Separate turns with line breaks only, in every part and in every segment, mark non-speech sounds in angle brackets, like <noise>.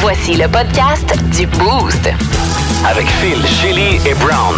Voici le podcast du Boost.
Avec Phil, Chili et Brown.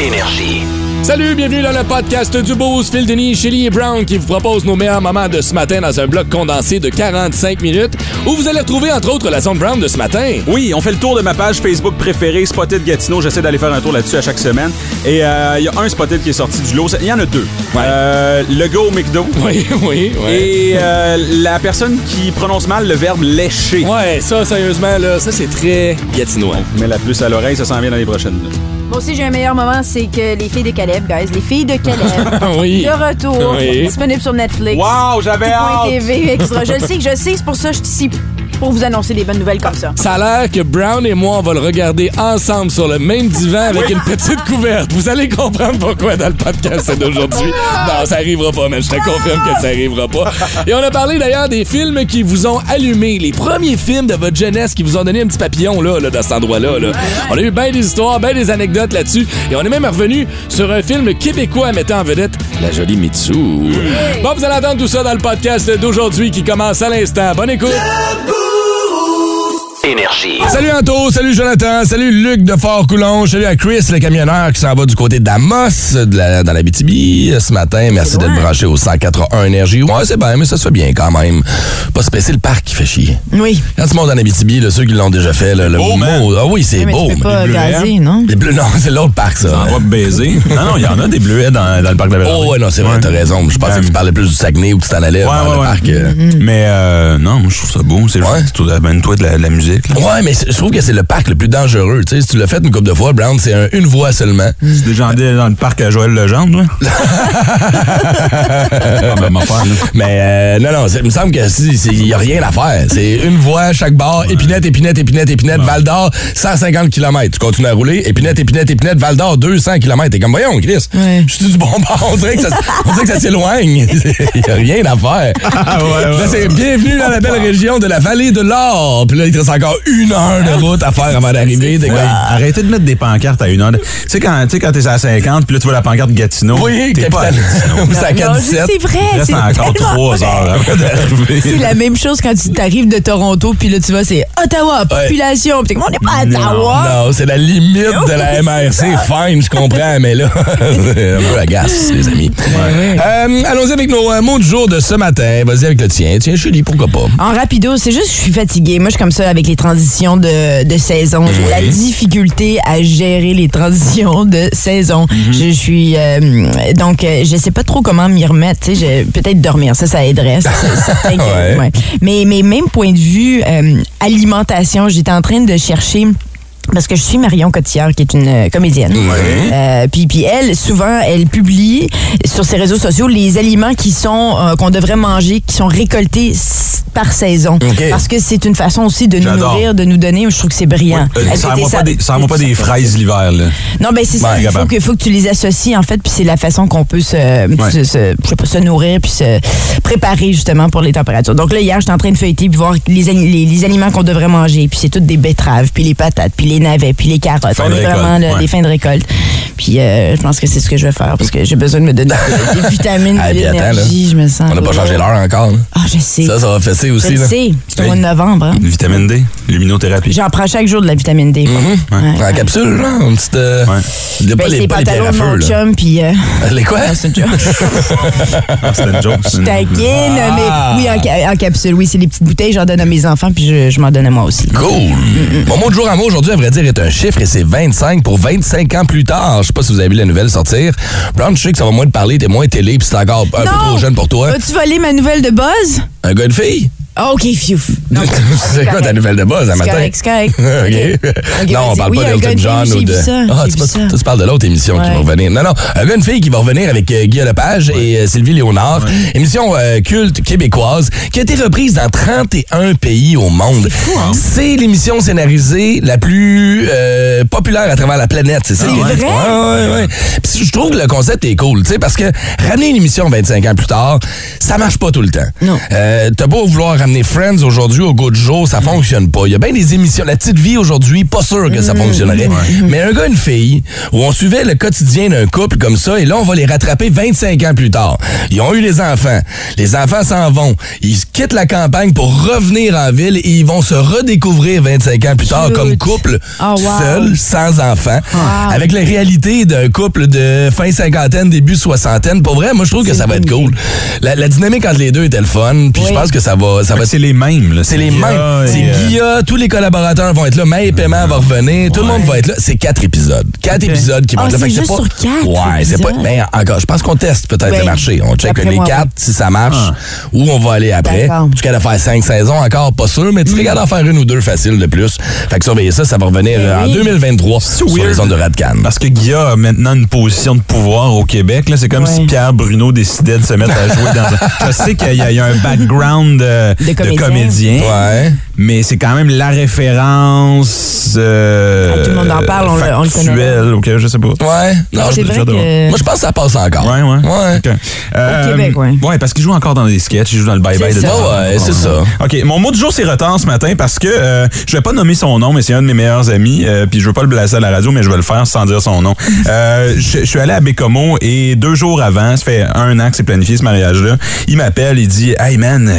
Énergie.
Salut, bienvenue dans le podcast du Boost. Phil Denis, Shelly et Brown qui vous proposent nos meilleurs moments de ce matin dans un bloc condensé de 45 minutes où vous allez retrouver entre autres la zone Brown de ce matin.
Oui, on fait le tour de ma page Facebook préférée, Spotted Gatineau. J'essaie d'aller faire un tour là-dessus à chaque semaine. Et euh, il y a un Spotted qui est sorti du lot. Il y en a deux. Euh, le Go McDo.
Oui, oui, oui.
Et euh, la personne qui prononce mal le verbe lécher.
Ouais, ça, sérieusement, là, ça, c'est très gatinois.
Mais la plus à l'oreille, ça s'en vient dans les prochaines minutes.
Moi aussi, j'ai un meilleur moment, c'est que les filles de Caleb, guys. Les filles de Caleb.
Ah <laughs> Oui.
Le retour.
Oui.
Disponible sur Netflix.
Wow, j'avais
Point
hâte!
TV, extra. Je le sais, je le sais, c'est pour ça que je suis ici. Pour vous annoncer des bonnes nouvelles comme ça.
Ça a l'air que Brown et moi, on va le regarder ensemble sur le même divan avec une petite couverte. Vous allez comprendre pourquoi dans le podcast d'aujourd'hui. Non, ça arrivera pas, mais je te confirme que ça arrivera pas. Et on a parlé d'ailleurs des films qui vous ont allumé, les premiers films de votre jeunesse qui vous ont donné un petit papillon là, là dans cet endroit-là. là. On a eu bien des histoires, bien des anecdotes là-dessus. Et on est même revenu sur un film québécois mettant en vedette la jolie Mitsu. Bon, vous allez entendre tout ça dans le podcast d'aujourd'hui qui commence à l'instant. Bonne écoute!
Énergie.
Salut Anto, salut Jonathan, salut Luc de Fort-Coulon, salut à Chris, le camionneur qui s'en va du côté d'Amos, de la, dans la BTB ce matin. Merci d'être branché au 181 énergie. Ouais, c'est bien, mais ça se fait bien quand même. Pas spécial, c'est le parc qui fait chier.
Oui.
Quand tu montes en Abitibi, là, ceux qui l'ont déjà fait, là, le
beau, man.
Ah oui, c'est
Mais
beau.
tu peux pas
bleus,
gazer, non?
Les bleus, non, c'est l'autre parc, ça.
Ah, On va me <laughs> baiser. Non, non, il y en a des bleuets dans, dans le parc de la Vérandrie.
Oh ouais, non, c'est vrai, t'as raison. Je pensais que tu parlais plus du Saguenay ou que tu t'en allais
Ouais,
dans
ouais,
le
ouais.
parc. euh,
Mais euh, non, moi, je trouve ça beau. C'est
Ouais.
juste que tu amènes-toi de la, de la musique. là.
Ouais, mais c'est- je trouve que c'est le parc le plus dangereux. Tu sais, si tu l'as fait une couple de fois, Brown, c'est un- une voie seulement.
Tu es déjà allé dans le parc à Joël Legendre, toi? C'est pas Ah, ben, ma affaire, là.
<laughs> Mais euh, non, non, c'est- il me semble que si, c'est- il n'y a rien à faire. C'est une voie à chaque bar, épinette, épinette, épinette, épinette, Val d'Or, 150 km. Tu continues à rouler, épinette, épinette, épinette, Val d'Or, 200 km. T'es comme, voyons, Chris,
Ouais.
je suis du bon bord. On dirait que ça, s- on dirait que ça s'éloigne. <laughs> Il n'y a rien
<laughs>
à faire.
Ah,
Là, c'est bienvenue dans la belle région de la vallée de l'or. Puis là, il te reste encore une heure de route à faire avant d'arriver. T'es
Ouais,
comme,
Arrêtez de mettre des pancartes à une heure. de- Tu sais, quand, tu sais, quand t'es à 50, puis là, tu vois la pancarte Gatineau.
Oui,
t'es pas à
capitaine.
<laughs>
Gatineau.
C'est à
Non,
4-17.
C'est vrai,
Il
c'est
reste encore
tellement
trois
vrai.
heures avant d'arriver.
C'est la même chose quand tu t'arrives de Toronto, puis là, tu vas, c'est Ottawa, population. Puis t'es comme, on n'est pas à Ottawa.
Non, c'est la limite de la MRC. Fine, je comprends, mais là, <laughs> c'est un peu agace, les amis. Euh, Allons-y avec nos euh, mots du jour de ce matin. Vas-y avec le tien. Tiens, Julie, pourquoi pas?
En rapido, c'est juste que je suis fatiguée. Moi, je suis comme ça avec les transitions de, de saison. J'ai la difficulté à gérer les transitions de saison. Je suis... euh, donc, euh, je sais pas trop comment m'y remettre. tu sais, je- Peut-être dormir, ça, ça aiderait. c'est- c'est certain que-
Ouais.
ouais. mais, mais même point de vue euh, alimentation, j'étais en train de chercher... Parce que je suis Marion Cotillard, qui est une euh, comédienne. Euh, puis, puis elle, souvent, elle publie sur ses réseaux sociaux les aliments qui sont euh, qu'on devrait manger, qui sont récoltés s- par saison.
OK.
Parce que c'est une façon aussi de nous
J'adore.
nourrir, de nous donner. Je trouve que c'est brillant.
Euh,
Est-ce que
Sers-moi
t'es
pas
ça-
des- sers-moi pas des fraises l'hiver, là.
Non, ben c'est ça.
Ouais,
Il faut
capable.
que, faut que tu les associes, en fait, puis c'est la façon qu'on peut se,
Ouais.
se, se- je sais pas, se nourrir puis se préparer, justement, pour les températures. Donc là, hier, j'étais en train de feuilleter puis voir les, ani- les, les aliments qu'on devrait manger. Puis c'est toutes des betteraves, puis les patates, puis les navets, puis les carottes.
Fin de
On est
récolte,
vraiment là,
ouais.
des fins de récolte. Puis euh, je pense que c'est ce que je vais faire parce que j'ai besoin de me donner
<laughs>
des vitamines,
Ah,
de
puis attends, là.
l'énergie. Je me sens...
On n'a pas changé l'heure encore. là.
Ah, je sais.
Ça, ça va fesser
je
aussi.
le
Là.
sais. C'est au
Hey.
mois de novembre. hein.
Vitamine D, luminothérapie.
J'en prends chaque jour de la vitamine D. Ouais,
En
ouais.
capsule, genre, une petite. euh,
Ouais.
les-
Ben,
pas
c'est
Mm-hmm. les,
les
pas les pierres
pantalons
à
de mon
feu, là.
chum, puis... euh,
Les quoi?
c'est une joke.
Ah, C'était une joke. c'est une-
taquine,
Ah.
mais oui, en, ca- en capsule, oui, c'est les petites bouteilles, j'en donne à mes enfants, puis je, je m'en donne à moi aussi.
Cool! Mon mot de jour à moi aujourd'hui, à vrai dire, est un chiffre et c'est 25 pour 25 ans plus tard. Je sais pas si vous avez vu la nouvelle sortir. Brown, je sais que ça va moins te parler, t'es moins télé puis c'est encore un peu
Non!
trop jeune pour toi.
As-tu volé ma nouvelle de buzz?
Un gars, une fille?
Ah, OK, fiouf. Non,
<laughs> C'est quoi ta
correct.
nouvelle de base un
C'est
matin? Ah,
correct, c'est <laughs>
<laughs>
correct.
OK.
Ok,
non, on
vas-y.
parle
Oui,
pas
un gars,
d'Elton
une
John
fille,
ou
j'ai
de.
vu ça,
Ah,
j'ai
tu,
vu
pas-
ça.
tu- tu parles de l'autre émission qui
Ouais.
va revenir. Non, non. Un gars, une fille qui va revenir avec euh, Guy Lepage et euh, Sylvie Léonard. Émission euh, culte québécoise qui a été reprise dans 31 pays au monde.
hein.
C'est l'émission scénarisée la plus euh, populaire à travers la planète. C'est ça
C'est
qui
vrai?
Ah Ouais, ouais, ouais. Puis je trouve que le concept est cool, tu sais, parce que ramener une émission 25 ans plus tard, ça marche pas tout le temps.
Non.
Euh, T'as beau vouloir ramener Friends aujourd'hui au goût du jour, ça fonctionne pas. Il y a bien des émissions. La petite vie aujourd'hui, pas sûr que
Mm.
ça fonctionnerait. <laughs> Mais un gars, une fille, où on suivait le quotidien d'un couple comme ça, et là, on va les rattraper 25 ans plus tard. Ils ont eu les enfants. Les enfants s'en vont. Ils quittent la campagne pour revenir en ville et ils vont se redécouvrir 25 ans plus tard
Cute.
comme couple
Ah, wow.
seul, sans enfant,
Wow.
avec la réalité d'un couple de fin cinquantaine, début soixantaine. Pour vrai, moi, je trouve que
C'est
ça va
une
être
bonne
cool. La, la dynamique entre les deux était le fun, puis je
Oui.
pense que ça va, ça va
Ah ben, C'est les mêmes, là.
c'est les mêmes.
Guilla et,
C'est
euh,
Guilla, tous les collaborateurs vont être là,
Mm.
Maï Paiement va revenir, tout le monde va être là. C'est quatre épisodes. Quatre épisodes qui vont
Ah,
être là.
c'est
Fait que
juste
pas...
sur quatre
Ouais, c'est pas.
épisodes.
Mais encore, je pense qu'on teste peut-être
Ouais.
le marché. On check
D'après
les
moi,
quatre, si ça marche,
Ah.
où on va aller après.
D'accord. Mm.
Tu qu'à faire cinq saisons encore, pas sûr, mais tu regardes en faire une ou deux faciles de plus. Fait que surveillez ça, ça va revenir euh, en
Ben oui.
2023 sur
weird.
les ondes de Radcan.
Parce que Guilla a maintenant une position de pouvoir au Québec. là. C'est comme
Ouais.
si Pierre Bruno décidait de se mettre à jouer dans un... Je sais qu'il y, a- il y a un background euh,
De
de comédien,
comédien.
Ouais.
mais c'est quand même la référence... euh,
Ah, tout le monde en parle, on le- on le connaît.
factuelle, ok, je sais pas.
Ouais. Non,
C'est
je-
vrai
déjà de-
que...
moi, je pense que ça passe encore.
Ouais, ouais.
<laughs>
Ok. Euh,
Québec, ouais.
Ouais, parce qu'il joue encore dans des sketchs, il joue dans le Bye Bye
C'est
de
ça.
temps en
Ouais,
temps.
c'est ça.
OK, mon mot du jour, c'est retard ce matin parce que euh, je vais pas nommer son nom, mais c'est un de mes meilleurs amis, euh, puis je veux pas le blaser à la radio, mais je vais le faire sans dire son
<laughs>
nom. Euh, je, je suis allé à Bécomo et deux jours avant, ça fait un an que c'est planifié ce mariage-là, il m'appelle, il dit « Hey man, euh,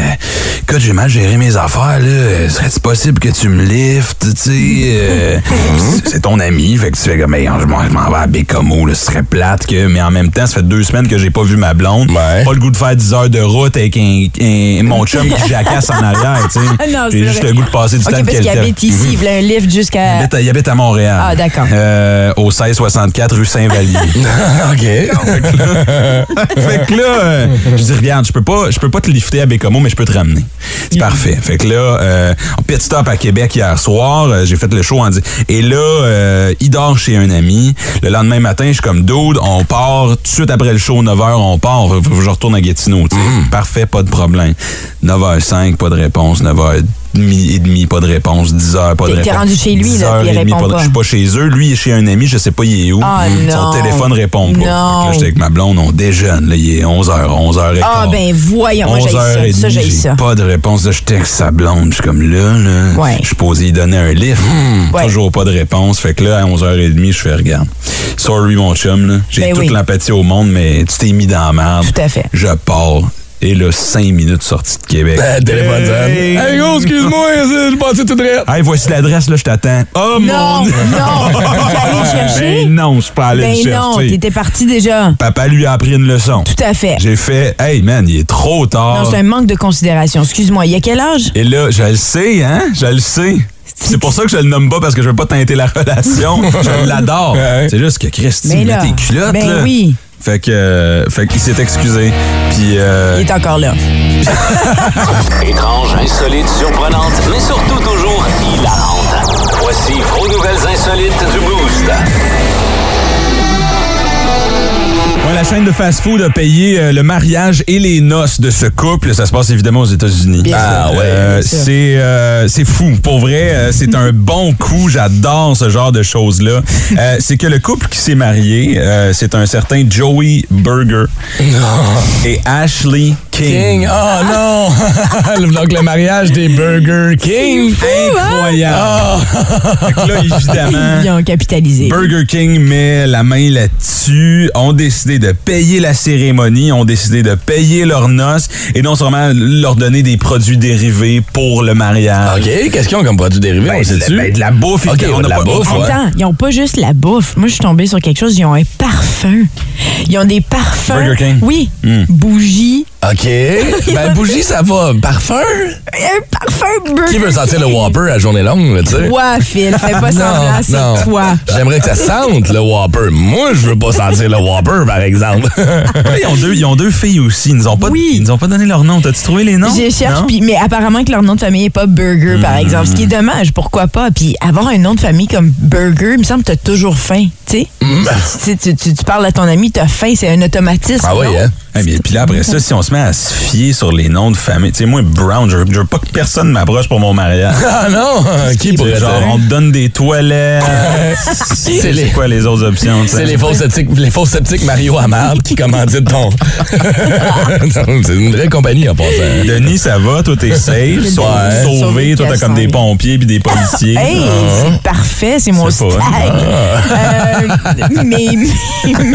écoute, j'ai mal géré mes affaires, là. Euh, Serait-il possible que tu me liftes, tu
<laughs>
sais? euh, c'est- c'est ton ami, fait que tu fais comme « Hey, je m'en je m'en vais à Bécomo, là, ce serait plate que... » Mais en même temps, ça fait deux semaines que j'ai pas vu ma blonde. Pas
Ouais.
pas le goût de faire 10 heures de route avec un, un- mon chum qui jacasse en arrière, tu sais.
<laughs> Non, c'est
J'ai juste
vrai.
le goût de passer du temps
OK,
de
parce qu'il
quelqu'un.
habite ici, il voulait un lift
Il
jusqu'à...
habite, à- il habite à Montréal.
Ah, d'accord.
Euh, au 1664 rue
<laughs>
Saint-Vallier. <laughs>
OK.
fait que là, euh, je dis, regarde, je peux pas, je peux pas te lifter à Bécomo, mais je peux te ramener. C'est parfait. Fait que là, euh, en pit stop à Québec hier soir, euh, j'ai fait le show en dit. Et là, euh, il dort chez un ami. Le lendemain matin, je suis comme dude, on part. Tout de suite après le show, 9h, on part. Faut- faut que Je retourne à Gatineau. tu sais. Parfait, pas de problème. 9h05, pas de réponse. 9h30 et demi, pas de réponse. 10h, pas de
T'es-
réponse.
t'es rendu chez lui, là, puis il
10h30,
répond
de-
pas.
Je suis pas chez eux. Lui, il est chez un ami, je sais pas, il est où.
Ah,
Son
non.
téléphone répond pas. Fait que là,
Non.
j'étais avec ma blonde, on déjeune. Là, il est 11h, 11h15.
Ah, ben voyons, moi, j'ai ça. Ça, j'ai ça.
Pas de réponse. Là, je texte sa blonde. Je suis comme là, là.
Ouais. Hmm.
Je suis posé lui donner un lift.
Ouais.
Toujours pas de réponse. Fait que là, à 11h30, je fais regarde. Sorry, mon chum, là. J'ai
Ben
toute
oui.
l'empathie au monde, mais tu t'es mis dans la merde.
Tout à fait.
Je pars. Et là, 5 minutes sortie de Québec.
Ben, téléphone sonne.
Hey.
Hey, gros, excuse-moi, c'est- je pensais tout droit.
Hey, voici l'adresse, là, je t'attends. Oh
Non,
mon
non.
Dieu!
T'es
<laughs>
allé le chercher?
Ben non, je suis pas allé
Ben
le chercher.
non, t'étais parti déjà.
Papa lui a appris une leçon.
Tout à fait.
J'ai fait, hey man, il est trop tard.
Non, c'est un manque de considération. Excuse-moi, il y a quel âge?
Et là, je le sais, hein? Je le sais. C'est pour ça que je le nomme pas parce que je veux pas teinter
<laughs>
la relation. je l'adore. C'est juste que
Mais
Christy,
là,
met tes culottes,
ben
là.
oui.
Fait que, euh, fait qu'il s'est excusé. Puis, euh,
Il est encore là.
Étrange, insolite, surprenante, mais surtout toujours hilarante. Voici vos nouvelles insolites du Boost.
Ouais, la chaîne de fast-food a payé euh, le mariage et les noces de ce couple. Ça se passe évidemment aux États-Unis.
Bien
ah
sûr.
ouais,
Bien sûr.
c'est euh, c'est fou. Pour vrai, euh, c'est un bon coup. J'adore ce genre de choses là. Euh, c'est que le couple qui s'est marié, euh, c'est un certain Joey Burger et Ashley King.
King. Oh
<laughs>
non! Donc <laughs> le mariage des Burger King.
hein? Oh.
Incroyable. Fait que
<laughs>
là, évidemment.
Ils ont capitalisé.
Burger King met la main là-dessus, ont décidé de payer la cérémonie, ont décidé de payer leurs noces et non seulement leur donner des produits dérivés pour le mariage.
OK, qu'est-ce qu'ils ont comme produit dérivé?
Ah. Ben,
on
de,
sait-tu?
la- ben, de la bouffe,
OK,
évidemment,
de la
pas-
bouffe, ouais.
Attends, ils ont pas juste la bouffe. Moi, je suis tombée sur quelque chose. Ils ont un parfum. Ils ont des parfums.
Burger King.
Oui.
Hmm.
Bougie.
OK. Ben, bougie, ça va. Parfum?
Un parfum Burger
Qui veut sentir le
King.
Whopper à journée longue, là, tu sais?
Toi, Phil, fais pas semblant, c'est toi.
J'aimerais que ça sente le Whopper. Moi, je veux pas sentir le Whopper, par exemple.
Après, <laughs> ils, ont deux, ils ont deux filles aussi. Ils nous ont pas,
Oui.
ils nous ont pas donné leur nom. T'as-tu trouvé les noms?
J'ai cherche,
Non?
puis mais apparemment que leur nom de famille est pas Burger, par exemple, ce qui est dommage. Pourquoi pas? Puis avoir un nom de famille comme Burger, il me semble que t'as toujours faim, tu sais. Tu- Tu, tu- tu parles à ton ami, t'as faim, c'est un automatisme.
Ah oui,
non?
hein?
Eh bien, puis là, après ça, si on se met à se fier sur les noms de famille, tu sais, moi, Brown, je veux, je veux pas que personne m'approche pour mon mariage.
Ah non! <laughs> Qui pourrait
C'est genre,
dire?
on te donne des
<laughs>
toilettes. c'est c'est
les-
quoi les autres options, tu sais?
C'est les faux sceptiques, les faux sceptiques Mario Amard qui commandent ton. <laughs> Non, c'est une vraie compagnie en passant.
Denis, ça va, toi t'es safe, sau-
Hein? <laughs> Ouais.
sauvé,
Sauvé,
toi t'as comme des
Casson.
pompiers puis des policiers.
<laughs>
Euh,
Hey, c'est parfait, c'est mon
C'est
stag.
fun.
Euh, mais,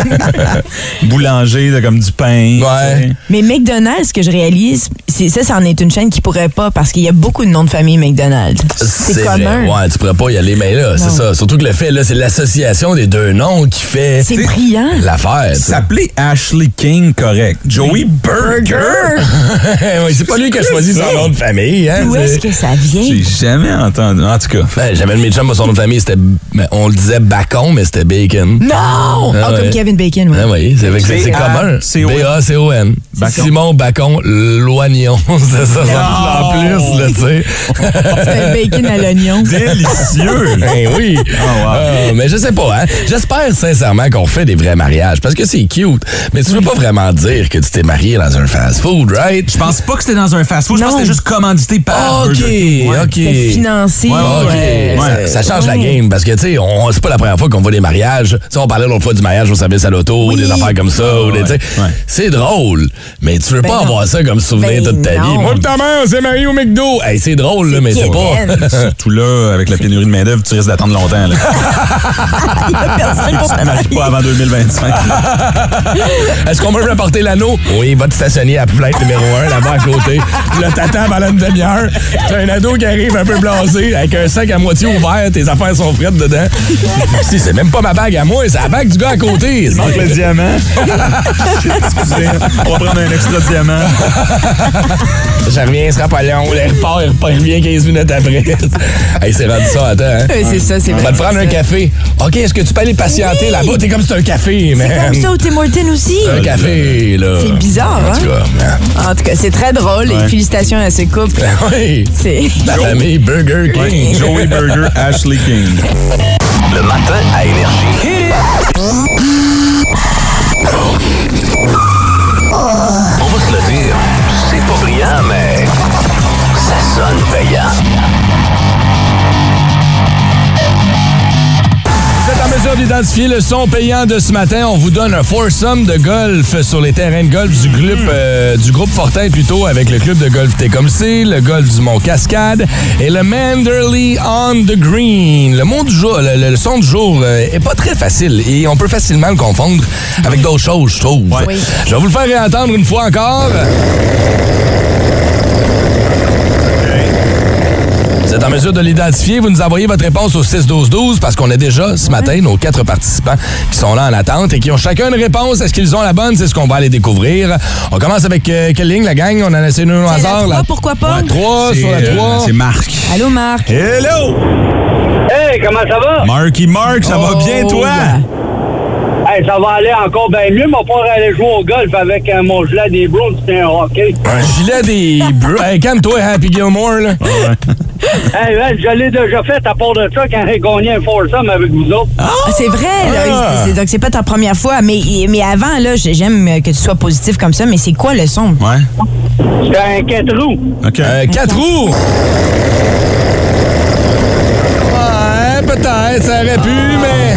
<laughs>
Boulanger, t'as comme du pain.
Ouais.
tu sais.
mais McDonald's, ce que je réalise, c'est ça, c'en est une chaîne qui pourrait pas parce qu'il y a beaucoup de noms de famille McDonald's. C'est
vrai.
commun.
Ouais, tu pourrais pas y aller, mais là, c'est ça. Surtout que le fait, là, c'est l'association des deux noms qui fait
C'est brillant.
l'affaire. tu sais. <laughs>
S'appeler Ashley King, correct. Joey Burger.
Ouais, c'est pas lui qui a choisi son nom de famille, hein? <laughs>
D'où
c'est-
est-ce que ça vient?
J'ai jamais entendu. En tout cas,
Ouais, J'avais de mes chums, son nom de famille, c'était. mais On le disait bacon, mais c'était bacon.
Non! Ah, comme
ouais.
Kevin Bacon, ouais.
Ah oui, c'est vrai que c'est c'est
B-A-C-O-N.
commun. B-A-C-O-N. Simon Bacon Loignon. <laughs> C'est ça, ça en plus, là, tu sais.
C'est un bacon à
<laughs>
l'oignon.
délicieux. <laughs>
Ben oui.
wow.
Ah, mais je sais pas, hein. J'espère sincèrement qu'on fait des vrais mariages parce que c'est cute. Mais tu veux pas vraiment dire que tu t'es marié dans un fast-food, right?
Je pense pas que c'était dans un fast-food. Je pense que
Non. Ah,
c'était juste commandité par
OK,
Burger King. Ouais.
OK.
C'est financé.
Ouais, ok.
ouais.
Ça- Ça, change la
Ouais.
game parce que, tu sais, on- c'est pas la première fois qu'on voit des mariages. Tu sais, on parlait l'autre fois du mariage au service à l'auto, ou
Oui.
des affaires comme ça. ou des, tu sais.
ouais.
C'est drôle, mais tu veux
Ben
pas
non.
avoir ça comme souvenir
Ben
toute ta
non.
vie. Moi, pis ta mère, c'est marié au McDo. Hey, c'est drôle, là, mais c'est pas.
Kevin.
<laughs> Surtout là, avec la pénurie de main-d'œuvre, tu risques d'attendre
<laughs>
longtemps. Là.
Personne pour
Ça m'arrive pas avant 2025.
Est-ce qu'on veut rapporter l'anneau? Oui, va te stationner à plainte numéro 1 là-bas à côté. Là, t'attends pendant une demi-heure. T'as un ado qui arrive un peu blasé avec un sac à moitié ouvert. Tes affaires sont
<laughs>
frettes dedans. si, c'est même pas ma bague à moi, c'est la bague du gars à côté. C'est-
Manque <laughs> le diamant. Excusez, on va prendre un extra diamant.
Je reviens, ce sera pas long. Il repart, il repart, il revient 15
<laughs>
minutes après. hey, c'est rendu ça, attends. Hein?
Ouais, c'est ça, c'est
On
vrai.
va te prendre un café. OK, est-ce que tu peux aller patienter
Oui!
là-bas? T'es comme si c'était un café,
C'est
man.
comme ça au Tim Hortons aussi.
un café, là.
C'est bizarre,
En tout
hein?
cas, <laughs> man.
En tout cas, c'est très drôle
Ouais.
et félicitations à ce couple.
oui.
C'est.
La famille Burger King.
Joey Burger, Ashley King.
Le matin à Énergie. On va se le dire, c'est pas brillant, mais ça sonne payant.
Vous êtes en mesure d'identifier le son payant de ce matin. On vous donne un foursome de golf sur les terrains de golf du groupe, euh, du groupe Fortin, plutôt, avec le club de golf T-Comme-C, le golf du Mont Cascade et le Manderley on the Green. Le, mot du jour, le, le- le son du jour euh, est pas très facile et on peut facilement le confondre avec d'autres choses, je trouve.
Oui.
Je vais vous le faire réentendre une fois encore. Vous êtes en mesure de l'identifier. Vous nous envoyez votre réponse au 6-12-12 parce qu'on a déjà ce
Mhm.
matin nos quatre participants qui sont là en attente et qui ont chacun une réponse. Est-ce qu'ils ont la bonne? C'est ce qu'on va aller découvrir. On commence avec euh, quelle ligne, la gang? On en a laissé une au
la
hasard.
trois, pourquoi pas?
Ouais, trois sur la
C'est, euh,
3.
C'est Marc.
Allô, Marc?
Hello!
Hey, comment ça va?
Marky Mark, ça va bien, toi?
Hey, ça va aller encore bien mieux. Mon père allait jouer au golf avec euh, mon gelé des Browns, c'était un hockey.
Un gilet des... Bru- Hey, calme-toi, Happy Gilmore. Là.
Hey, man, je l'ai déjà fait à part de ça quand j'ai gagné un foursome avec vous autres.
Ah, c'est vrai, là.
Ah!
C'est- donc c'est pas ta première fois. Mais, mais avant, là, j'ai- j'aime que tu sois positif comme ça, mais c'est quoi le son?
Ouais.
C'était un 4 roues. <laughs>
OK.
Euh, quatre roues. Ouais, peut-être, ça aurait pu, mais...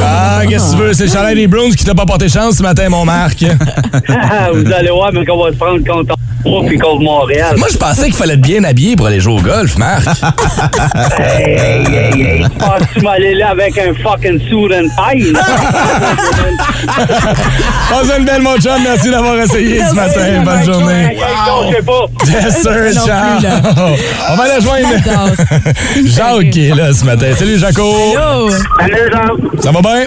Ah, qu'est-ce que tu veux? C'est le chalet des Browns qui t'a pas porté chance ce matin, mon Marc.
Ah, vous allez voir, mais qu'on va se prendre contre Ottawa puis contre Montréal.
<laughs> Moi, je pensais qu'il fallait être bien habillé pour aller jouer au golf, Marc.
Penses-tu m'aller là avec un fucking suit and tie? <laughs>
Passe une belle, mon chum. Merci d'avoir essayé ce
Merci,
matin. Bonne
Marc.
journée.
Non, je sais pas.
Yes, sir,
Non plus,
ciao.
là.
On va aller rejoindre Jacques qui est là ce matin. Salut, Jaco.
Allô?
Allez, Jean.
Ça va bien?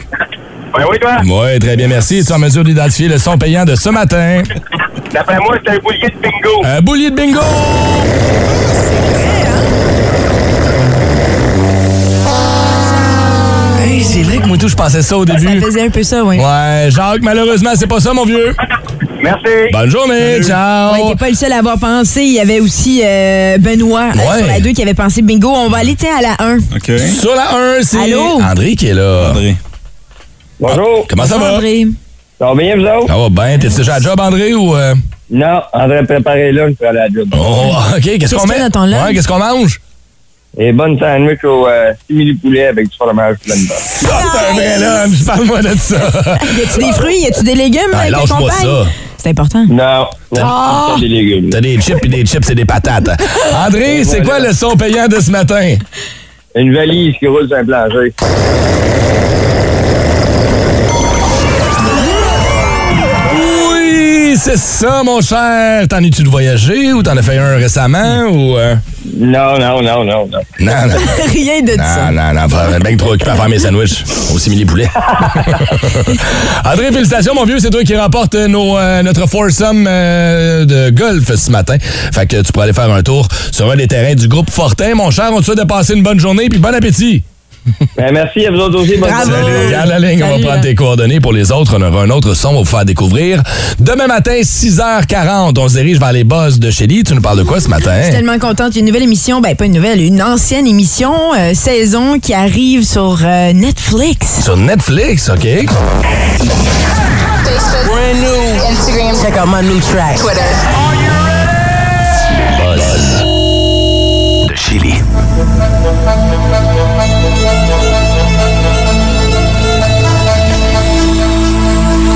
Ben oui, toi.
Oui, très bien, merci. Es-tu en mesure d'identifier le son payant de ce matin?
D'après moi, c'est un boulier de bingo.
Un boulier de bingo! Hey, c'est vrai que moi tout, je pensais ça au
Ça
début.
faisait un peu ça, oui.
Ouais, Jacques, malheureusement, c'est pas ça, mon vieux.
Merci.
Bonne journée, ciao!
Ouais, t'es pas le seul à avoir pensé. Il y avait aussi euh, Benoît euh,
Ouais.
sur la 2 qui avait pensé bingo. On va aller t'sais, à la 1.
OK.
Sur la 1, c'est
Allô?
André qui est là.
André.
Bonjour.
Comment ça va?
André.
Ça va bien, vous autres?
Ça va bien. T'es déjà à la job, André, ou... euh?
Non, en train de préparer lunch pour aller à la job.
Oh, <laughs> OK. Qu'est-ce qu'on
qu'il y a
met?
dans ton lunch?
Ouais, qu'est-ce qu'on mange?
Et bonne sandwich au euh, simili poulet avec du fromage plein de beurre.
Ah, c'est un vrai lunch. Parle-moi de ça.
Y a-tu des fruits? Y a-tu des légumes?
Ah,
avec la
lâche-moi
campagne?
ça.
C'est important.
Non, non,
Ah!
c'est des légumes.
T'as des chips et des chips et des patates. André, c'est quoi le son payant de ce matin?
Une valise qui roule sur un plancher.
Oui, c'est ça, mon cher. T'en es-tu de voyager ou t'en as fait un récemment ou... euh?
Non, non, non, non, non.
Non, non.
<laughs> Rien de ça.
Non, non, non, pas- ben que trop occupé à faire mes sandwichs. Aussi mille poulets. André, félicitations, mon vieux. C'est toi qui remporte nos, euh, notre foursome euh, de golf ce matin. Fait que tu pourras aller faire un tour sur un des terrains du groupe Fortin. Mon cher, on te souhaite de passer une bonne journée puis bon appétit.
Ben, merci à vous autres aussi. Bonne
Bravo.
journée.
Salut, Regarde la ligne, on va
Ah Salut,
prendre
là.
tes coordonnées. Pour les autres, on aura un autre son, on va vous faire découvrir. Demain matin, 6h40, on se dirige vers les bosses de Shelly. Tu nous parles de quoi ce matin?
Je suis tellement contente. Il y a une nouvelle émission, ben pas une nouvelle, une ancienne émission, euh, saison qui arrive sur euh, Netflix.
Sur Netflix, OK?
Instagram. Check out my new track. Twitter.
de Chili.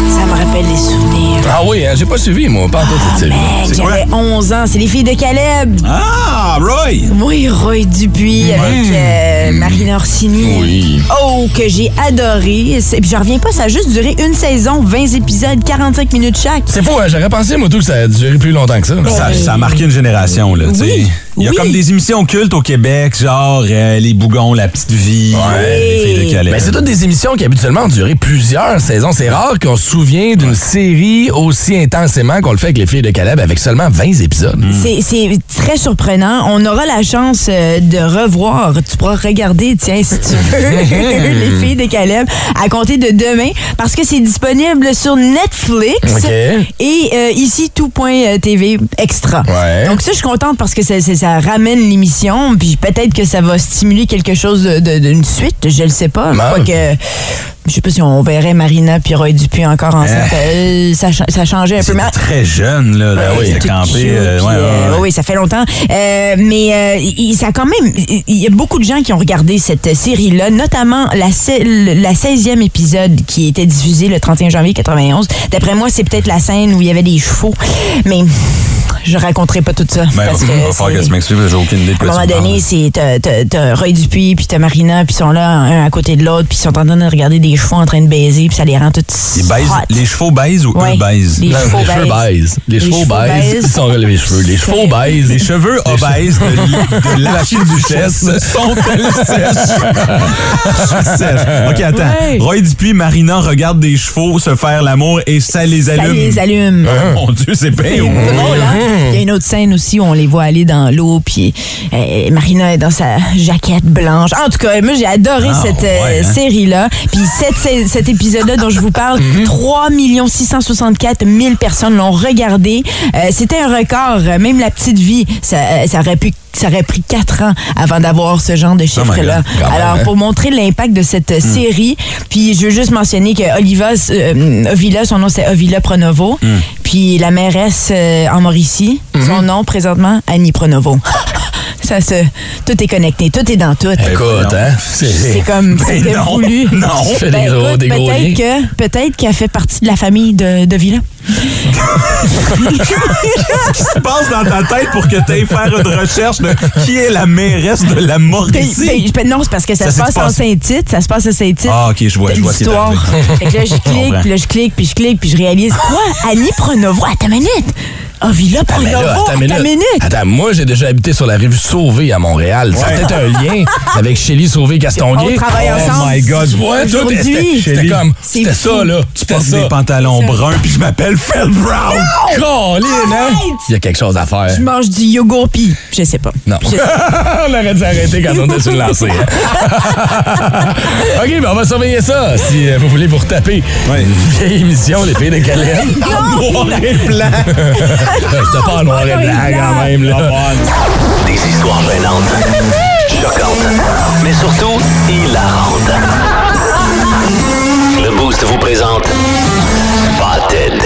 Ça me rappelle des souvenirs.
Ah oui, hein, j'ai pas suivi, moi, pas en tout cette série.
Hey,
quoi?
J'avais 11 ans, c'est les filles de Caleb.
Ah, Roy!
Oui, Roy Dupuis avec euh, Marina Orsini.
Mm. Oui.
Oh, que j'ai adoré. C'est- Puis je reviens pas, ça a juste duré une saison, 20 épisodes, 45 minutes chaque.
C'est fou, hein? j'aurais pensé, moi, tout, que ça a duré plus longtemps que ça.
Ben
Ça, ça a marqué une génération, là, tu sais.
Oui,
Il y a
oui.
comme des émissions cultes au Québec, genre euh, Les Bougons, La Petite Vie, euh, Les
Ben,
Filles de Calais.
Mais Ben, c'est toutes des émissions qui habituellement ont duré plusieurs saisons. C'est rare qu'on se souvienne d'une série aussi intensément qu'on le fait avec les filles de Caleb avec seulement 20 épisodes.
C'est- C'est très surprenant. On aura la chance euh, de revoir. Tu pourras regarder, tiens, si tu veux, <laughs>
Mm.
les filles de Caleb à compter de demain parce que c'est disponible sur Netflix
OK.
et euh, ici tout.tv extra.
Ouais.
Donc ça, je suis contente parce que ça, ça- ça ramène l'émission puis peut-être que ça va stimuler quelque chose de- de- d'une suite, je le sais pas. Je
Ben.
crois que je sais pas si on verrait Marina puis Roy Dupuis encore ensemble. Euh, ça, cha- ça changeait un peu. Mais
C'était très jeune, là,
ah
Ben
là, oui, c'était campé. euh, ouais, ouais, ouais.
oui, ça fait longtemps. Euh, mais euh, il- ça a quand même. Il il y a beaucoup de gens qui ont regardé cette série-là, notamment la, se- la 16e épisode qui était diffusé le 31 janvier 91. D'après moi, c'est peut-être la scène où il y avait des chevaux. Mais je raconterai pas tout ça.
Ben,
parce que
il <laughs> va falloir
c'est-
que tu m'expliques, parce que j'ai aucune idée de
à
quoi
un moment
tu me
donné, c'est t'as- t'as t'as Roy Dupuis puis t'as Marina puis ils sont là un à côté de l'autre puis ils sont en train de regarder des chevaux en train de baiser puis ça les rend toutes
parles. Ils baisent-
hot.
les chevaux baisent ou
Ouais,
eux baisent?
les chevaux
les cheveux
baisent.
baisent. Les, chevaux
chevaux
baisent.
baisent.
Ils sont relevés les cheveux. Les chevaux baisent.
Les cheveux
<laughs>
obèses de, de
<laughs>
l'archiduchesse sont-elles <laughs> sèches? sèches. OK, attends.
Ouais.
Roy Dupuis, Marina regarde des chevaux se faire l'amour et ça les
Ça
allume.
les allume.
Ah, Mon Dieu, c'est bien au moins.
drôle, hein? Il y a une autre scène aussi où on les voit aller dans l'eau, puis euh, Marina est dans sa jaquette blanche. En tout cas, moi, j'ai adoré
Ah,
cette euh,
ouais, hein?
série-là. Puis cette- cette- cet épisode-là dont je vous parle,
Mm-hmm.
3 664 000 personnes l'ont regardé. Euh, C'était un record. Euh, Même La Petite Vie, ça, euh, ça aurait pu ça aurait pris quatre ans avant d'avoir ce genre de chiffre-là.
Oh God, quand même,
Alors,
hein? Hmm.
pour montrer l'impact de cette euh, série. Puis je veux juste mentionner que Oliva, euh, Ovila, son nom c'est Ovila Pronovo.
Hmm.
Puis la mairesse euh, en Mauricie, son nom présentement, Annie Pronovo. <laughs> Ça se. Tout est connecté, tout est dans tout.
Écoute, hein?
C'est comme
Eh, <laughs> Ben
c'était
non,
voulu.
non.
Tu fais des gros-
écoute,
des gros liens.
peut-être que peut-être qu'elle fait partie de la famille de, de <laughs>
<laughs>
Villa.
se passe dans ta tête pour que tu ailles faire une recherche de qui est la mairesse de la
Ben,
Mauricie?
ben, non, c'est parce que ça,
Ça
se
s'est
passe en
passé.
Saint-Tite, ça se passe à Saint-Tite.
Ah, ok, je vois, je vois ce qui est
l'histoire. Fait que là,
<laughs>
je clique,
comprends.
puis là, je clique, puis je clique, puis je réalise quoi? Annie Pronovo, attends une minute! Ah, Villa
Mais Ben là,
Pronovo,
attends une minute. Attends, moi, j'ai déjà habité sur la rive Sauvée à Montréal. Ça a peut-être un
<laughs>
lien avec Shelly Sauvé-Castonguay.
On travaille
oh
ensemble.
my God. Tu vois, tout
Aujourd'hui.
c'était- c'était
Shelly.
comme.
C'est
C'était
fou.
ça, là. Tu
Je porte
passes
des
ça.
pantalons bruns puis je m'appelle Phil Brown.
Colin, hein?
Arrête!
Il y a quelque chose à faire.
Je mange du yogourt, puis je sais pas.
Non.
Je sais pas.
<laughs> on aurait dû arrêter quand on était sur le lancer.
<laughs>
hein. OK, ben on va surveiller ça si euh, vous voulez vous retaper.
Ouais.
Une vieille émission, les filles de Calais.
<laughs> Noir et blanc.
<laughs> C'était pas en noir et blanc quand même. Là.
Des histoires gênantes, choquantes, mais surtout hilarantes. Le Boost vous présente Spotted.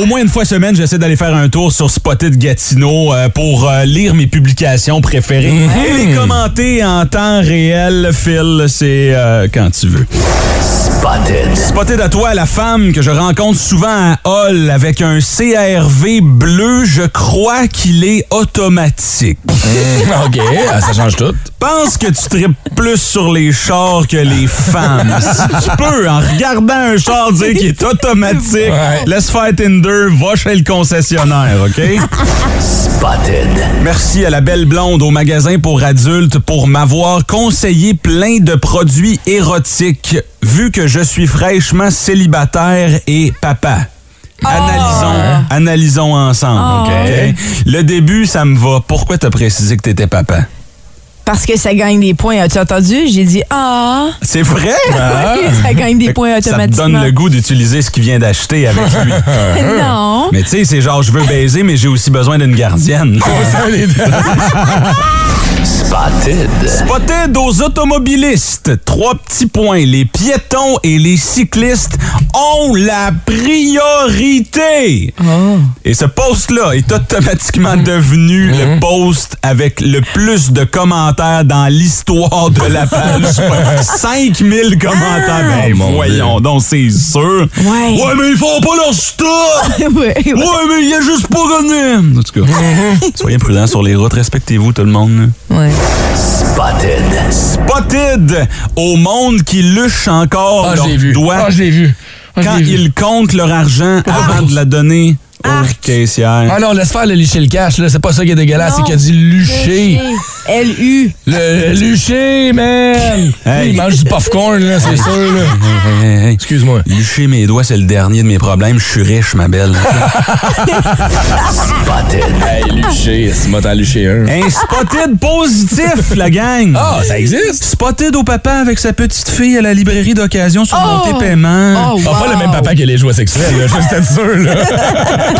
Au moins une fois semaine, j'essaie d'aller faire un tour sur Spotted Gatineau euh, pour euh, lire mes publications préférées et les commenter en temps réel. Phil, c'est euh, quand tu veux.
Spotted.
Spotted à toi, la femme que je rencontre souvent à Hall avec un CRV bleu, je crois qu'il est automatique.
<laughs> OK, ah, ça change tout.
Pense que tu tripes plus sur les chars que les femmes. Si tu peux, en regardant un char dire qu'il est automatique,
Ouais.
laisse faire Tinder, va chez le concessionnaire, OK?
Spotted.
Merci à la belle blonde au magasin pour adultes pour m'avoir conseillé plein de produits érotiques, vu que je suis fraîchement célibataire et papa. Analysons, analysons ensemble.
Oh.
OK? Le début, ça me va. Pourquoi t'as précisé que t'étais papa?
Parce que ça gagne des points. As-tu entendu? J'ai dit Ah!
C'est vrai?
Ah!
<laughs> ça gagne des points
Ça te
automatiquement.
donne le goût d'utiliser ce qu'il vient d'acheter avec <laughs> lui.
Non! <laughs>
mais tu sais, c'est genre, je veux baiser, mais j'ai aussi besoin d'une gardienne.
Spotted.
Spotted aux automobilistes. Trois petits points. Les piétons et les cyclistes ont la priorité. Et ce post-là est automatiquement devenu le post avec le plus de commentaires dans l'histoire de la page. 5000 commentaires. Ben,
mon
voyons donc, c'est sûr.
Ouais.
mais ils font pas leur stock!
Ouais, ouais.
Ouais, mais il a juste pas gagné! En tout cas, soyez prudents sur les routes. Respectez-vous, tout le monde.
Ouais.
Spotted.
Spotted au monde qui luche encore
Ah, je
leurs
l'ai vu.
doigts
Ah, je l'ai vu. Ah, je
quand
l'ai vu.
ils comptent leur argent avant de la donner aux caissières.
Ah non, laisse faire le licher le cash, là. C'est pas ça qui est dégueulasse, c'est
Non.
qu'il a dit lucher.
L-U.
Le lucher, man!
Hey.
Il mange du popcorn, là, c'est sûr, là.
Hey, hey, hey.
Excuse-moi.
Licher mes doigts, c'est le dernier de mes problèmes. Je suis riche, ma
<laughs>
belle.
Spotted.
Hey, lucher, c'est m'a t'en luché un.
Un spotted positif, la gang!
Ah, ça existe?
Spotted au papa avec sa petite fille à la librairie d'occasion sur
Oh!
mon paiement.
Oh,
Ah, Pas
wow.
le même papa que les jouets sexuels, là. Juste être sûr, là.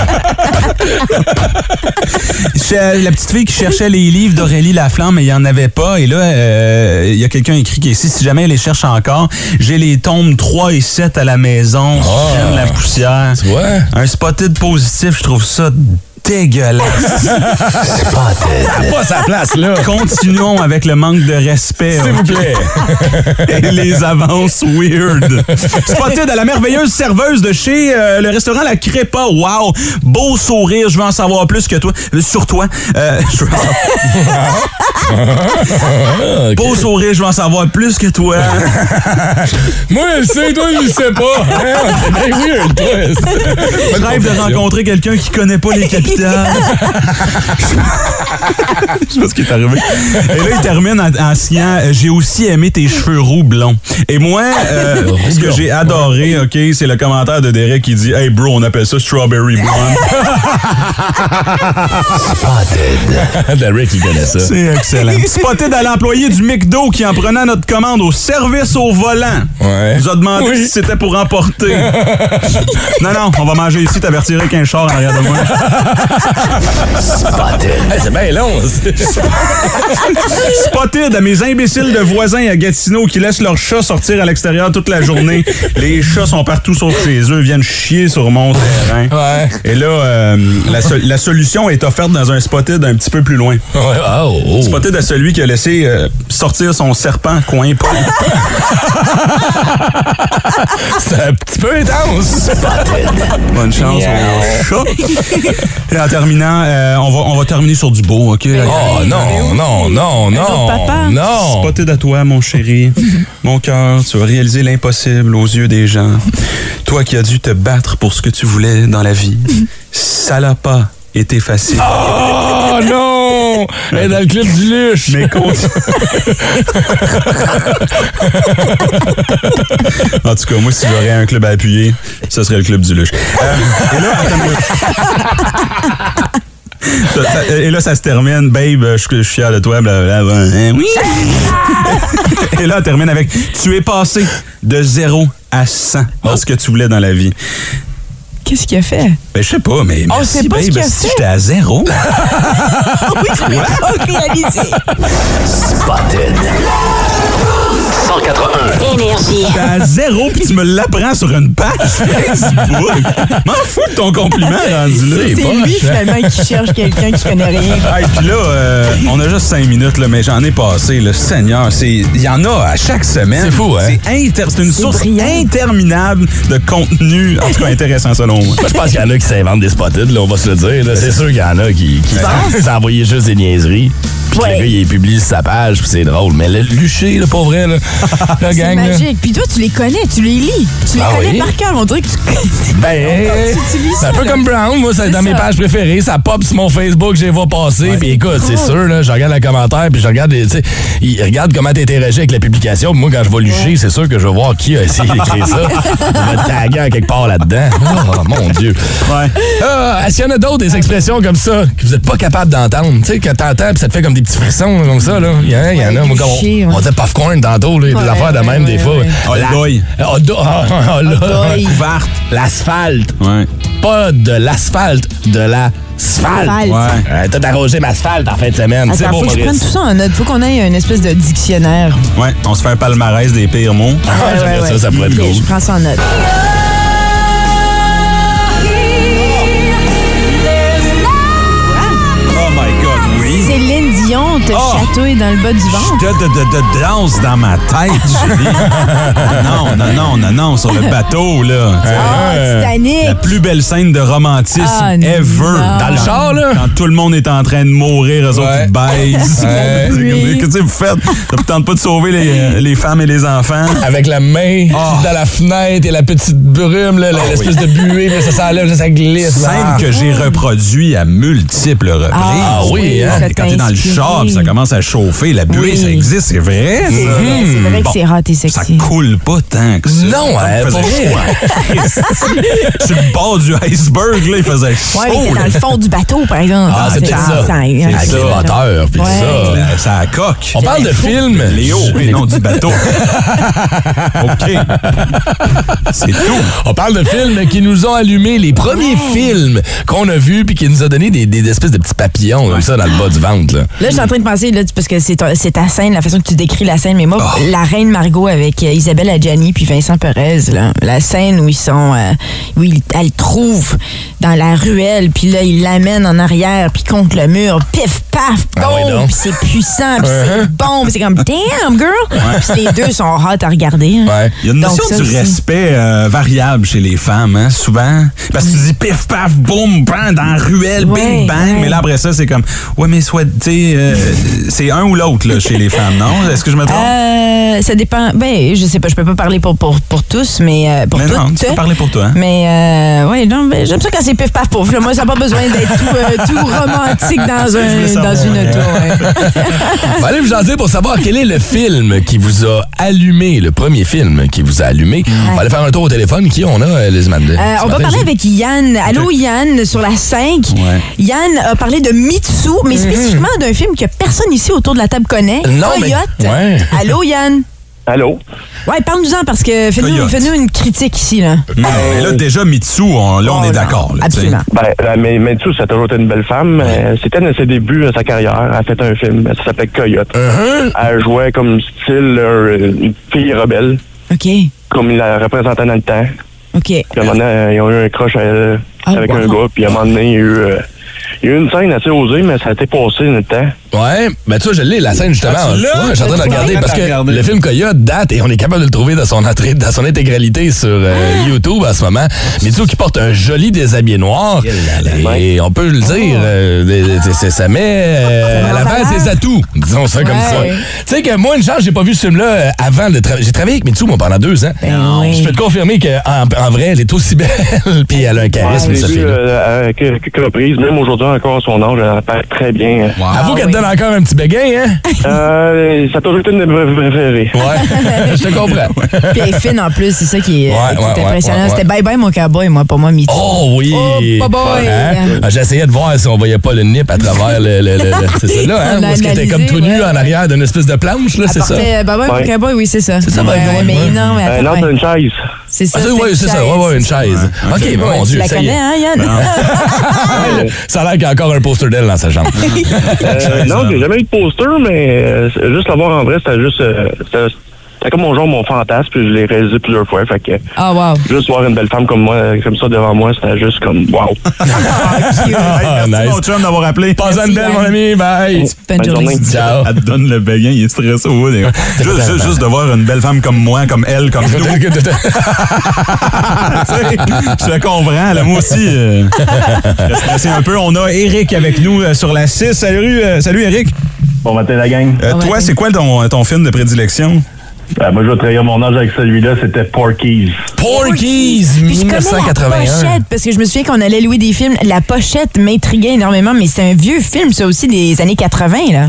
Ch- La petite fille qui cherchait les livres d'Aurélie Laflamme, mais il n'y en avait pas. Et là, euh, il y a quelqu'un écrit qui est ici, si jamais elle les cherche encore, j'ai les tombes 3 et 7 à la maison. J'aime la poussière.
Ah. Tu vois?
Un spotted positif, je trouve ça
<laughs>
dégueulasse.
T'as pas sa place, là.
Continuons avec le manque de respect
S'il vous plaît.
<laughs> et les avances weird. Spotted à la merveilleuse serveuse de chez euh, le restaurant La Crépa. Wow! Beau sourire, je veux en savoir plus que toi. euh, Sur toi. Euh, <laughs> je veux en savoir-
<laughs> Ah, ok.
Beau sourire, je veux en savoir plus que toi.
Moi, elle sait, toi, je sais pas.
<laughs>
Hein, C'est bien weird, toi.
Je rêve de rencontrer quelqu'un qui connaît pas les capitales. <laughs> Je sais pas ce qui est arrivé. Et là, il termine en, en signant euh, J'ai aussi aimé tes cheveux roux blonds. Et moi, <laughs> euh, ce que j'ai adoré, OK, c'est le commentaire de Derek qui dit Hey bro, on appelle ça Strawberry Blonde.
Derek, il connaît
<laughs>
ça.
C'est <laughs> excellent. Spotted à l'employé du McDo qui, en prenant notre commande au service au volant,
Ouais.
nous a demandé
Oui.
si c'était pour <laughs> emporter. non, non, on va manger ici, t'avertirais qu'un char en arrière de moi.
Spotted.
Hey, c'est bien long. c'est-
Spotted à mes imbéciles de voisins à Gatineau qui laissent leurs chats sortir à l'extérieur toute la journée. Les chats sont partout sauf chez eux, viennent chier sur mon terrain.
Ouais.
Et là, euh, la, so- la solution est offerte dans un spotted un petit peu plus loin.
Ouais, oh, oh.
Spotted à celui qui a laissé euh, sortir son serpent coin pas.
<laughs> C'est un petit peu intense.
Bonne chance aux chats. Et en terminant, euh, on, va, on va terminer sur du beau, OK?
Oh non, non, non, non.
autre papa.
Non.
Spotted à toi, mon <laughs> chéri. Mon cœur, tu as réalisé l'impossible aux yeux des gens. Toi qui as dû te battre pour ce que tu voulais dans la <laughs> vie. Ça l'a pas été facile.
Oh non! Elle est dans le club du
<laughs>
luche.
Mais con- en tout cas, moi, si j'aurais un club à appuyer, ce serait le club du luche. Euh, et là, attends une minute. Ça- ça- Et là, ça se termine. Babe, je, suis- je suis fier de toi. blablabla. Hein, oui. Et là, on termine avec Tu es passé de 0 à 100 dans ce que tu voulais dans la vie.
Qu'est-ce qu'il a fait?
Ben, je sais pas, mais
On
merci,
sait pas ce
babe,
qu'il a
si
fait.
j'étais à
<laughs>
zéro.
Oui, je l'ai pas réalisé.
Spotted. 181.
Énergie.
T'es à zéro, puis tu me l'apprends sur une page Facebook. M'en fous de ton compliment rendu là.
C'est lui, finalement, qui cherche quelqu'un qui connaît rien.
Hey, puis là, euh, on a juste cinq minutes, là, mais j'en ai passé. Là. Seigneur, c'est- il y en a à chaque semaine.
C'est fou, hein?
C'est inter- c'est une source
brillant.
interminable de contenu, en tout cas intéressant selon moi.
Moi, je pense qu'il y en a qui s'inventent des spotted, là, on va se le dire. là. C'est sûr qu'il y en a qui, qui s'envoyaient juste des niaiseries. Puis que
Ouais.
le gars, il les publie sur sa page, puis c'est drôle. Mais le luché, là,
<laughs>
pour vrai, là, la
C'est
gang, là.
magique. Puis toi, tu les connais, tu les lis. Tu les
Ah
connais
oui?
par cœur. On dirait que tu. <laughs>
Ben,
tu lis
c'est
ça,
un peu
là.
comme Brown, moi, c'est
C'est
dans mes
ça.
pages préférées, ça pop sur mon Facebook, je les vois passer, puis écoute, c'est sûr, là, je regarde les commentaires, puis je regarde, les- tu sais, ils regardent comment t'interagis avec la publication, puis moi, quand je vais lucher, c'est sûr que je vais voir qui a essayé
<laughs>
d'écrire ça, je vais taguer en quelque part là-dedans. Oh, mon Dieu.
Ouais.
Ah, Est-ce qu'il y en a d'autres, des expressions comme ça, que vous n'êtes pas capable d'entendre? Tu sais, que t'entends, puis ça te fait comme des petits frissons, là, comme ça, là. Il y en a, il y en a.
Ouais,
Moi, quand
cliché,
on,
ouais.
on disait popcorn tantôt, là, il y a des
Ouais,
affaires de
ouais,
même, des
ouais,
fois.
ouais.
Oh, le boy.
Oh, do- ah, ah, là.
boy.
Couverte.
L'asphalte.
Ouais.
Pas de l'asphalte, de la
Asphalte.
sphalte.
Ouais.
Euh, T'as arrosé ma sphalte en fin de semaine. C'est
Attends,
beau,
faut que je prenne
Maurice.
tout ça en note. Faut qu'on ait une espèce de dictionnaire.
Ouais, on se fait un palmarès des pires mots.
<laughs> Ah, j'aimerais ça, ça pourrait être
Ok,
cool.
Je prends ça en note.
Oh my God, oui.
Céline Dion te
Ah!
Oh!
chatouille dans le bas du ventre.
Je te de, de, de danse dans ma tête,
<laughs>
Julie. non, non, non, non, non, sur le bateau, là.
Ah, Titanic!
La plus belle scène de romantisme
Ah,
ever.
non.
Dans le char, là?
Quand tout le monde est en train de mourir, eux autres,
Ouais.
ils baisent.
<laughs> Ouais.
C'est comme, Qu'est-ce que vous faites? Ça vous tente pas de sauver les, euh, les femmes et les
<laughs>
enfants?
Avec la main
Ah.
dans la fenêtre et la petite brume, là,
Ah,
l'espèce de buée, là, ça s'enlève, ça, ça glisse. là.
Scène que j'ai reproduit à multiples reprises.
Ah,
oui, hein?
ça
Quand t'es dans le
t'inspire.
char, puis ça commence à chauffer, la buée,
Oui.
ça existe, c'est vrai, ça.
C'est vrai, c'est vrai que
Bon,
c'est hot et
Ça
sexy.
coule pas tant que ça.
Non,
Ça me
hein,
faisait
pour vrai.
chaud. Sur le bord du iceberg, là, il faisait chaud.
Ouais, mais t'es dans le fond du bateau, par exemple.
Ah, c'est peut-être ça. Avec les moteurs, puis
Ouais.
ça.
là. Ah, ben, Ça a coque.
On parle de films.
Léo,
Je-
mais non, du bateau.
<laughs>
OK. C'est tout.
On parle de films qui nous ont allumé les premiers films qu'on a vus puis qui nous a donné des, des espèces de petits papillons comme ça dans le bas du ventre. Là.
Là, je suis en train de penser, là, tu- parce que c'est ta, c'est ta scène, la façon que tu décris la scène, mais moi,
Ah.
la reine Margot avec euh, Isabelle Adjani puis Vincent Perez, là, la scène où ils sont, euh, où ils- elle trouve dans la ruelle, puis là, ils l'amènent en arrière, puis contre le mur, pif, paf,
Ah oui,
boum,
donc. Uh-huh.
puis c'est puissant,
<laughs>
puis c'est bon, puis c'est comme, damn, girl! Puis les deux sont hot à regarder. hein.
Ouais.
Il y a une
Donc,
notion
ça
du
aussi.
respect euh, variable chez les femmes, hein, souvent. Parce que tu dis pif, paf, boum, bang, dans la ruelle,
Ouais,
bing, bang.
ouais.
Mais là, après ça, c'est comme, ouais, mais soit, tu sais, euh, c'est un ou l'autre là, chez les femmes, non? Est-ce que je me trompe?
Euh, ça dépend. Ben, je sais pas, je peux pas parler pour, pour, pour tous, mais euh, pour
mais
toutes.
non, tu peux parler pour toi. hein.
Mais euh, ouais, non, mais j'aime ça quand c'est pif paf pouf. là. Moi, ça n'a pas besoin d'être tout,
<laughs>
euh, tout romantique dans,
Je voulais
un,
savoir,
dans une
ouais.
auto. ouais.
<laughs>
Ben, allez vous jaser pour savoir quel est le film qui vous a allumé, le premier film qui vous a allumé. On va aller faire un tour au téléphone. Qui on a, les Mandel?
Euh, on va parler avec Yann. Allô, Yann, sur la 5.
Ouais.
Yann a parlé de Mitsu, mais spécifiquement d'un film que personne ici autour de la table connaît.
Mhm. Euh, Non, mais-
Coyote.
Ouais.
Allô, Yann.
Allô?
Ouais, parle-nous-en parce que fais-nous
Coyote.
fais-nous une critique ici. Là,
Mais, là, déjà, Mitsu, on- là,
Euh,
on
Oh,
est
non,
d'accord. là, tu sais. <laughs>
Absolument.
Ben, la mais Mitsou, ça a toujours été une belle femme. Euh, C'était dans ses débuts de sa carrière. Elle a fait un film, ça s'appelle Coyote. Elle jouait comme style euh, une fille rebelle,
OK.
comme il la représentait dans le temps.
OK.
Puis à un moment donné, euh, ils ont eu un crush à elle,
Ah,
avec
wow.
un gars. Puis à un moment donné, il y a eu, euh, il y a eu une scène assez osée, mais ça a été passé dans le temps.
Ouais, ben tu vois, je l'ai, la scène justement.
Ah, tu l'as?
Ouais, je suis en train de
Tu l'as?
regarder parce
T'as
que
regardé.
le film Coyote date et on est capable de le trouver dans son, entrée- dans son intégralité sur euh, YouTube en ce moment. Mitsu qui porte un joli déshabillé noir. Et on peut le dire, euh, des- des- c'est- ça met euh, à
met en
l'avant
valeur.
ses atouts, disons ça comme ça.
Ouais.
Tu sais que moi, une chance, j'ai pas vu ce film-là euh, avant de travailler. J'ai travaillé avec Mitsu, moi, pendant deux ans.
Ben oui.
Je peux te confirmer qu'en en vrai, elle est aussi belle, <laughs> puis elle a un charisme,
Je l'ai
cette
vu
fille-là.
euh, à quelques reprises, même aujourd'hui encore à son âge, elle apparaît très bien.
Wow.
Avoue
Ah
qu'elle te
oui.
donne encore un petit béguin, hein?
Euh, ça a toujours été une de mes préférées.
Ouais, je te comprends.
Puis elle est fine en plus, c'est ça qui est,
Ouais,
qui est
ouais, ouais,
impressionnant.
ouais, ouais.
C'était bye bye mon cowboy, moi, pour moi, Mitsu.
Oh oui!
Oh, bye bye.
Ah, J'essayais de voir si on voyait pas le nip à travers le. le- le- le- c'est ça là, hein?
On a
Parce que t'es
analysé,
comme tout nu
ouais.
en arrière d'une espèce de planche, là, c'est ça?
Portait Bye bye
Ouais.
mon cowboy, oui, c'est ça. C'est
ça,
ouais,
Bye Bye,
ouais,
ouais.
Mais non, mais
Euh,
attends.
non, c'est
ouais.
une chaise.
C'est ça.
Ah, oui,
une
c'est ça,
chaise.
ouais, ouais, une chaise.
Ouais,
Ok,
ok,
bon, mon
Tu
Dieu,
la
ça y
connais,
est.
hein, Yann?
Ça a l'air qu'il y a encore un poster d'elle dans
<laughs>
sa chambre.
Euh,
chaise,
<laughs> non,
là.
j'ai jamais eu de poster, mais euh, juste l'avoir en vrai, c'était juste. euh, c'était- C'était comme mon genre, mon fantasme, puis je l'ai réalisé plusieurs fois. Fait que
<laughs> Ah, wow.
juste voir une belle femme comme moi, euh, comme ça devant moi, c'était juste comme wow.
Ah,
Hey, merci,
nice.
mon chum, d'avoir appelé.
Passe une belle, mon ami. Bye.
Bonne
Bonne
journée.
journée.
Ah
<laughs>
Ciao.
Elle te donne le béguin, il est stressé au bout. des-
<laughs>
Juste, juste, juste de voir une belle femme comme moi, comme elle, comme nous. Tu sais, <laughs> Je le comprends, là, moi
<laughs>
aussi. euh, je suis stressé un peu. On a Eric avec nous euh, sur la 6. Salut, euh, salut Eric.
<laughs> Bon matin, la gang.
Euh,
Bon
toi,
matin.
c'est quoi ton, ton film de prédilection?
Ben, moi, je vais trahir mon âge avec celui-là, c'était Porky's.
Porky's,
Puis je connais la
1981.
pochette, parce que je me souviens qu'on allait louer des films. La pochette m'intriguait énormément, mais c'est un vieux film, ça aussi, des années 80, là.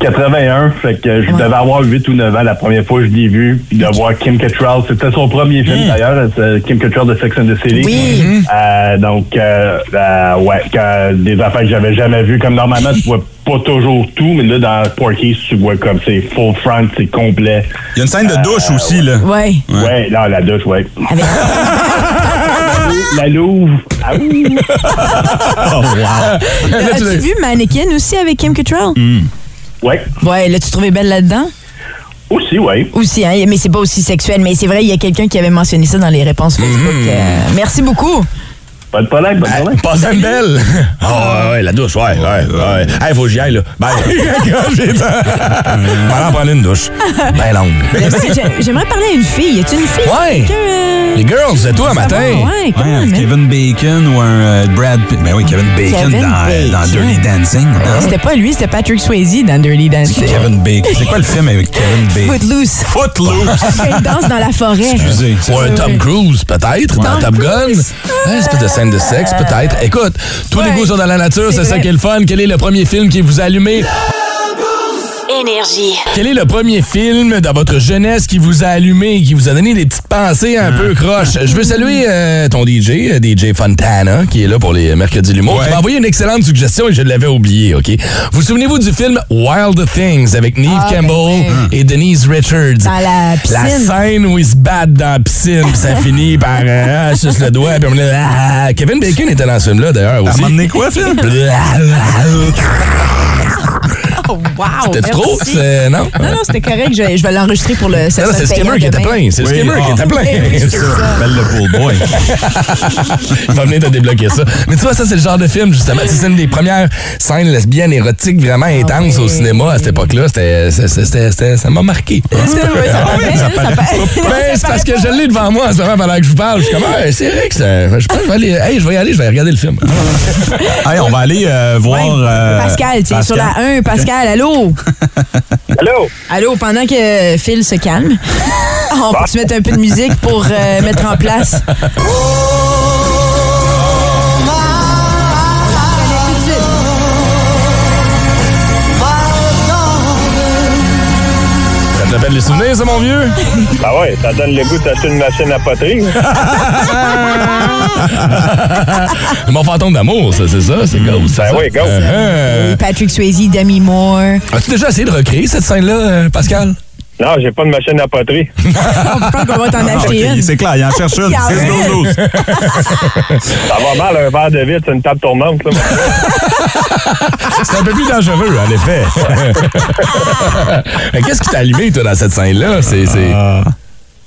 81, fait que je
Ouais.
devais avoir 8 ou 9 ans la première fois que je l'ai vu, puis de voir Kim Cattrall, c'était son premier film d'ailleurs, euh, c'est Kim Cattrall de Sex and the City.
Hmm. Oui.
Euh, donc, euh, euh, ouais, que- des affaires que j'avais jamais vues, comme normalement tu vois pas toujours tout, mais là dans Porky's tu vois comme c'est full front, c'est complet.
Il y a une scène de douche aussi, là.
Ouais.
Ouais, là la douche, ouais.
<laughs> Avec-
La Louvre. Ah oui.
As-tu vu Mannequin aussi avec Kim Cattrall?
Ouais,
Mm. Ouais, l'as-tu trouvé belle là-dedans?
aussi, ouais.
Aussi, hein, mais c'est pas aussi sexuel. Mais c'est vrai, il y a quelqu'un qui avait mentionné ça dans les réponses Facebook.
Mmh.
Euh, merci beaucoup.
Pas de problème, pas de problème.
Passe Ah,
<laughs>
une belle. Ah, ouais, ouais, la douche, ouais, ouais, ouais. Hey, faut que j'y aille, là.
<laughs>
Bye. <laughs> J'ai dit. On va aller en prendre une douche. Ben longue.
Merci. J'ai- J'aimerais parler à une fille. Y a-tu une fille?
Ouais.
Quelqu'un, euh,
Les girls, c'est toi,
savoir,
matin.
Ouais, comment,
Ouais, avec
man?
Kevin Bacon ou un euh, Brad Pitt. Ben oui, Kevin Bacon
Kevin
dans, euh, dans
Bacon.
Dirty Dancing. non?
C'était pas lui, c'était Patrick Swayze dans Dirty Dancing.
Kevin
<laughs>
Bacon. C'est quoi le film avec Kevin Bacon?
Footloose.
Footloose.
Elle danse dans la forêt.
Excusez.
Ou un Tom Cruise, peut-être, dans Top Gun. Hein, espèce de scène de sexe, peut-être. Écoute, tous les
Ah. Ouais.
goûts sont dans la nature,
C'est
c'est ça
vrai.
qui est le fun. Quel est le premier film qui vous a allumé?
Énergie.
Quel est le premier film dans votre jeunesse qui vous a allumé, qui vous a donné des petites pensées
Ah.
un peu croches? Je veux saluer euh, ton DJ, euh, DJ Fontana, qui est là pour les mercredis de l'humour, qui m'a envoyé une excellente suggestion et je l'avais oublié, OK? Vous souvenez-vous du film Wild Things avec Neve
Ah, ben
Campbell et Denise Richards?
Dans la
La
piscine.
scène où ils se battent dans la piscine,
<laughs>
puis ça finit par euh, ah, suce le doigt, puis on est là, ah, ah. Kevin Bacon était dans ce film-là, d'ailleurs,
À un
Ah,
aussi. ah,
moment donné,
<laughs>
quoi, Phil?
Oh, wow.
C'était
merci.
ah, trop? c'est- Non?
Non, non, c'était correct. Je, je vais l'enregistrer pour le.
Non, non, c'est le skimmer qui était plein. C'est le
Oui,
skimmer
ah.
qui était
Eh
plein.
<laughs> oui, c'est ça.
Belle le pool boy.
<laughs> Il va venir te débloquer ça. Mais tu vois, ça, c'est le genre de film, justement. C'est une des premières scènes lesbiennes érotiques vraiment
Ah
intenses au cinéma à cette époque-là. C'était, c'était- c'était- c'était- ça m'a marqué.
Ouais, Ah
Ah
ça paraît, <laughs>
<laughs>
ça paraît.
Ben, c'est parce que je l'ai devant moi en ce moment pendant que je vous parle. Je suis comme, Ah, c'est vrai que ça. Je pense que je vais aller. Hey, je vais y aller, je vais regarder le film.
Hey, on va aller euh, voir. euh,
Pascal, tu es sur la 1. Pascal, allô?
Allô?
Allô, pendant que Phil se calme, <laughs> on peut-tu mettre un peu de musique pour euh, mettre en place? On connaît tout de suite.
Ça te rappelle les souvenirs, ça, mon vieux?
Ah ouais, ça donne le goût d'acheter une machine à poterie.
<laughs> Mon fantôme d'amour, ça, c'est ça? C'est go, ça.
Ben oui, go.
Uh-huh.
Patrick Swayze, Demi Moore.
As-tu déjà essayé de recréer cette scène-là, euh, Pascal?
Non, j'ai pas de machine à poterie.
Je pense qu'on va t'en
Ah,
acheter
ok,
une.
C'est clair, il en cherche une.
Ah,
C'est
ouais.
12
Ça va mal un verre de vide, c'est une table tournante. Là.
<laughs> C'est un peu plus dangereux, en effet. <laughs> Mais qu'est-ce qui t'a allumé, toi, dans cette scène-là? C'est, c'est-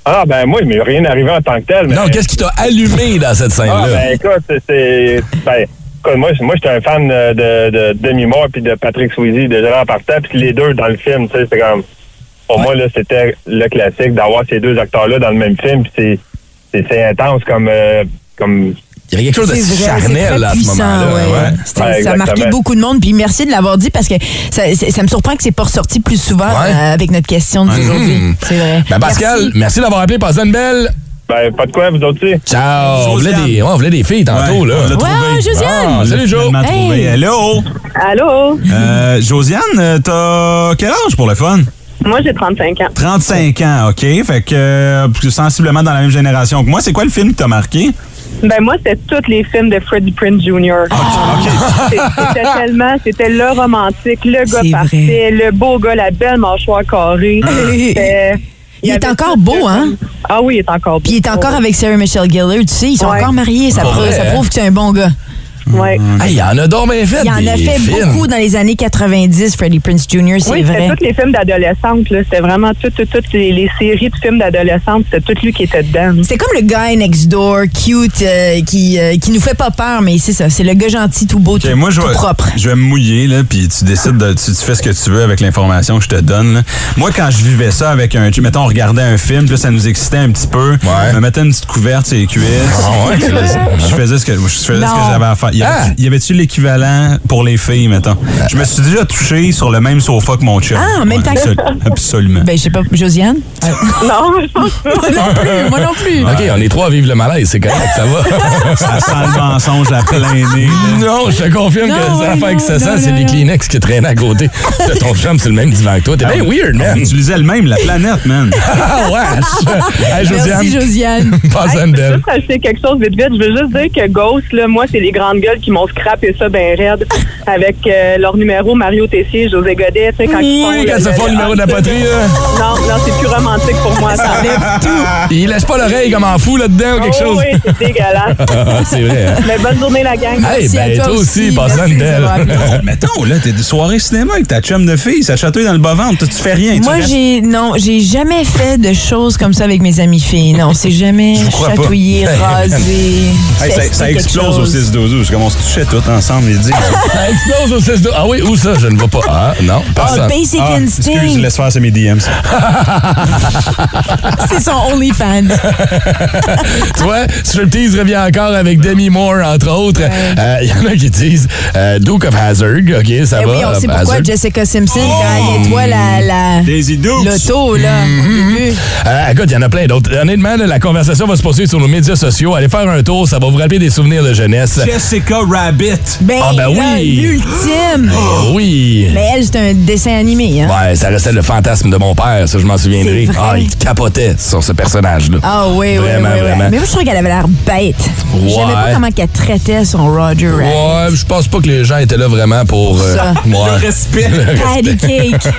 Ah ben moi, il m'est rien arrivé en tant que tel. Mais...
Non, qu'est-ce qui t'a allumé dans cette
Ah,
scène-là?
ben écoute, c'est- c'est. Ben, écoute, moi, c'est- moi j'étais un fan euh, de, de, Demi Moore puis de Patrick Swayze, de Gérard Partant, puis les deux dans le film, tu sais, c'est comme. Pour moi, là, c'était le classique d'avoir ces deux acteurs-là dans le même film, puis c'est- c'est c'est intense comme. euh, comme
Il y avait quelque chose de
C'est vrai, c'est très
charnel là, à ce
puissant,
moment-là.
ouais.
ouais.
C'était-
Ouais,
ça a
exactement.
marqué beaucoup de monde. Puis merci de l'avoir dit parce que ça, c'est- ça me surprend que c'est pas ressorti plus souvent
Ouais.
euh, avec notre question d'aujourd'hui. C'est vrai.
Ben, Pascal, merci, d'avoir appelé. Passez une belle.
ben, pas de quoi, vous autres, tu sais.
Ciao. On voulait,
Josiane.
des, ouais, on voulait des filles tantôt.
Ouais,
là.
on
Ouais,
l'a trouvé.
Josiane!
Ah, on l'a
Salut, Jo.
finalement
Hey.
trouvé. Hello!
Allô?
Euh, Josiane, euh, t'as quel âge pour le fun?
Moi, j'ai 35 ans.
35 ans, OK. Fait que euh, sensiblement dans la même génération que moi. C'est quoi le film qui t'a marqué?
Ben, moi, c'était tous les films de Freddie Prinze Jr.
Ah,
C'est- C'était tellement, c'était le romantique, le
C'est Ah.
gars parfait, le beau gars, la belle mâchoire carrée. C'était-
Il est
avait
encore
tout-
beau, hein?
Ah oui, il est encore beau.
Puis il est encore avec Sarah Michelle Gellar, tu sais, ils sont
Ouais.
encore mariés, ça,
Pour
prouve,
vrai,
ça
hein?
prouve que c'est un bon gars.
Ouais.
Hey, il y en a donc bien fait.
Il en a
des
fait
films.
beaucoup dans les années 90, Freddie Prince Jr., c'est
Oui, c'était
vrai.
tous les films d'adolescentes. là. C'était vraiment toutes tout, toutes les, les séries de films d'adolescentes. C'était tout lui qui était dedans.
C'est comme le gars next door, cute, euh, qui, euh, qui nous fait pas peur, mais c'est ça. C'est le gars gentil, tout beau,
Ok,
tout,
moi, je
tout
vais,
propre.
je vais me mouiller, là, puis tu décides, de, tu, tu fais ce que tu veux avec l'information que je te donne. là. Moi, quand je vivais ça avec un. tu- Mettons, on regardait un film, puis là, ça nous excitait un petit peu.
Ouais.
Je me mettais une petite couverte sur les cuisses. puis je faisais- puis je faisais ce que, je faisais ce
Non.
que j'avais à faire. Y avait-tu-
Ah.
Y avait-tu l'équivalent pour les filles, mettons? Je me suis déjà touché sur le même sofa que mon chum.
Ah, en même temps que-
absolu- Absolument.
Ben, je sais pas, Josiane?
Non, <laughs> je pense pas.
<laughs> moi non plus, moi non plus.
Ah,
OK, on est trois à vivre le malaise, c'est correct,
<laughs>
ça va.
Ben,
Ça sent le mensonge à plein nez. là.
Non, Oh, je te confirme
Non,
que les
oui,
affaires qui
non,
se
non,
sentent, c'est
non,
des
non.
Kleenex qui traînent à côté. T'as ton chum sur le même divan que toi. T'es bien weird,
<laughs>
On
man.
utilisait le même, la planète, man.
Ah, wesh! <laughs> Hey,
Merci,
<laughs>
Josiane,
Josiane.
passe à une
Je veux
belle.
juste rajouter quelque chose vite vite. Je veux juste dire que Ghost, là, moi, c'est les grandes gueules qui m'ont scrappé ça ben raide avec euh, leur numéro Mario Tessier, José Godet, tu sais, quand ils font
Oui, quand ça fait le numéro de la poterie, hein. là.
Non, non, c'est plus romantique pour moi. Ça
Il lâche pas l'oreille comme un fou là-dedans ou
Oh,
quelque chose.
Oh Oui, c'est dégueulasse.
<laughs> Ah, c'est vrai. hein?
Mais bonne journée, la gang.
Hey,
Merci à
ben, toi aussi, passe à
Merci
une
de nous avoir
belle.
appelés.
<laughs> Euh, Mettons, là, t'es de soirée cinéma avec ta chum de fille, ça te chatouille dans le bas-ventre, tu fais rien. tu
Moi,
restes-
j'ai non, j'ai jamais fait de choses comme ça avec mes amis filles. Non, c'est jamais
crois pas. <laughs>
chatouillé,
Hey, man.
rasé.
Hey, ça,
fester
ça
quelque
explose au
chose.
6-12-12. C'est comme on se touchait tous ensemble et dit.
Ça explose au 16 Ah oui, où ça? Je ne vois pas. Ah, non,
Ah,
personne.
Basic
Ah, excuse,
Instinct,
laisse faire, c'est mes DMs. ça.
<laughs> c'est son OnlyFans.
Tu vois, Striptease revient encore avec Demi Moore, entre autres. Euh, <laughs> Il y en a qui disent euh, Duke of Hazard. OK, ça
Eh
va.
oui, on sait
euh,
pourquoi
Hazard.
Jessica Simpson, quand elle nettoie la, la,
Daisy Dukes.
l'auto, là, au début.
Euh, écoute, il y en a plein d'autres. Honnêtement, là, la conversation va se poursuivre sur nos médias sociaux. Allez faire un tour, ça va vous rappeler des souvenirs de jeunesse.
Jessica Rabbit.
Ben,
Ah, ben
là,
oui.
l'ultime.
Oh, oui.
Mais elle, c'est un dessin animé, hein.
Ouais, ça restait le fantasme de mon père, ça je m'en souviendrai.
C'est vrai.
Ah, il capotait sur ce personnage-là.
Ah oui, oui,
Vraiment,
oui, oui.
vraiment.
Mais moi, je trouvais qu'elle avait l'air bête. Je savais
Ouais.
pas comment qu'elle traitait son Roger Rabbit.
Ouais, je pense pas que les gens étaient là vraiment pour euh,
Ça.
ouais. <laughs>
Respect.
Patty cake.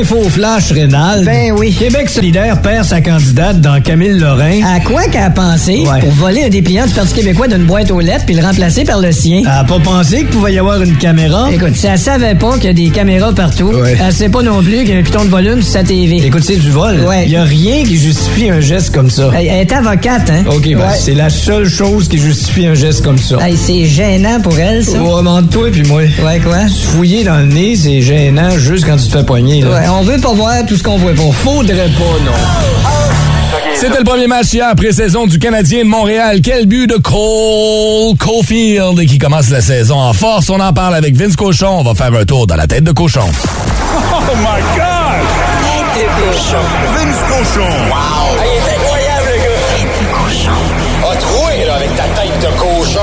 Info flash rénal. Ben oui. Québec solidaire perd sa candidate dans Camille Lorrain.
À quoi qu'elle a pensé
Hein? Ouais.
pour voler un dépliant du Parti québécois d'une boîte aux lettres puis le remplacer par le sien?
Elle a pas pensé qu'il pouvait y avoir une caméra.
Écoute, si elle savait pas qu'il y a des caméras partout,
Ouais.
elle sait pas non plus qu'il y a un piton de volume sur sa TV.
Écoute, c'est du vol.
Ouais.
Y a rien qui justifie un geste comme ça.
Elle, elle est avocate, hein?
OK, ben,
Ouais.
c'est la seule chose qui justifie un geste comme ça.
Hey, c'est gênant pour elle, ça.
Ouais, mais entre toi puis moi.
Ouais, quoi?
Se fouiller dans le nez, c'est gênant juste quand tu te fais poigner. Là.
Ouais, on veut pas voir tout ce qu'on voit pas.
Faudrait pas, non.
C'était le premier match hier après-saison du Canadien de Montréal. Quel but de Cole Caulfield qui commence la saison en force. On en parle avec Vince Cochon. On va faire un tour dans la tête de cochon.
Vince Cochon. Wow. il est incroyable, le gars. Tête de cochon. A troué, là, avec ta tête de cochon.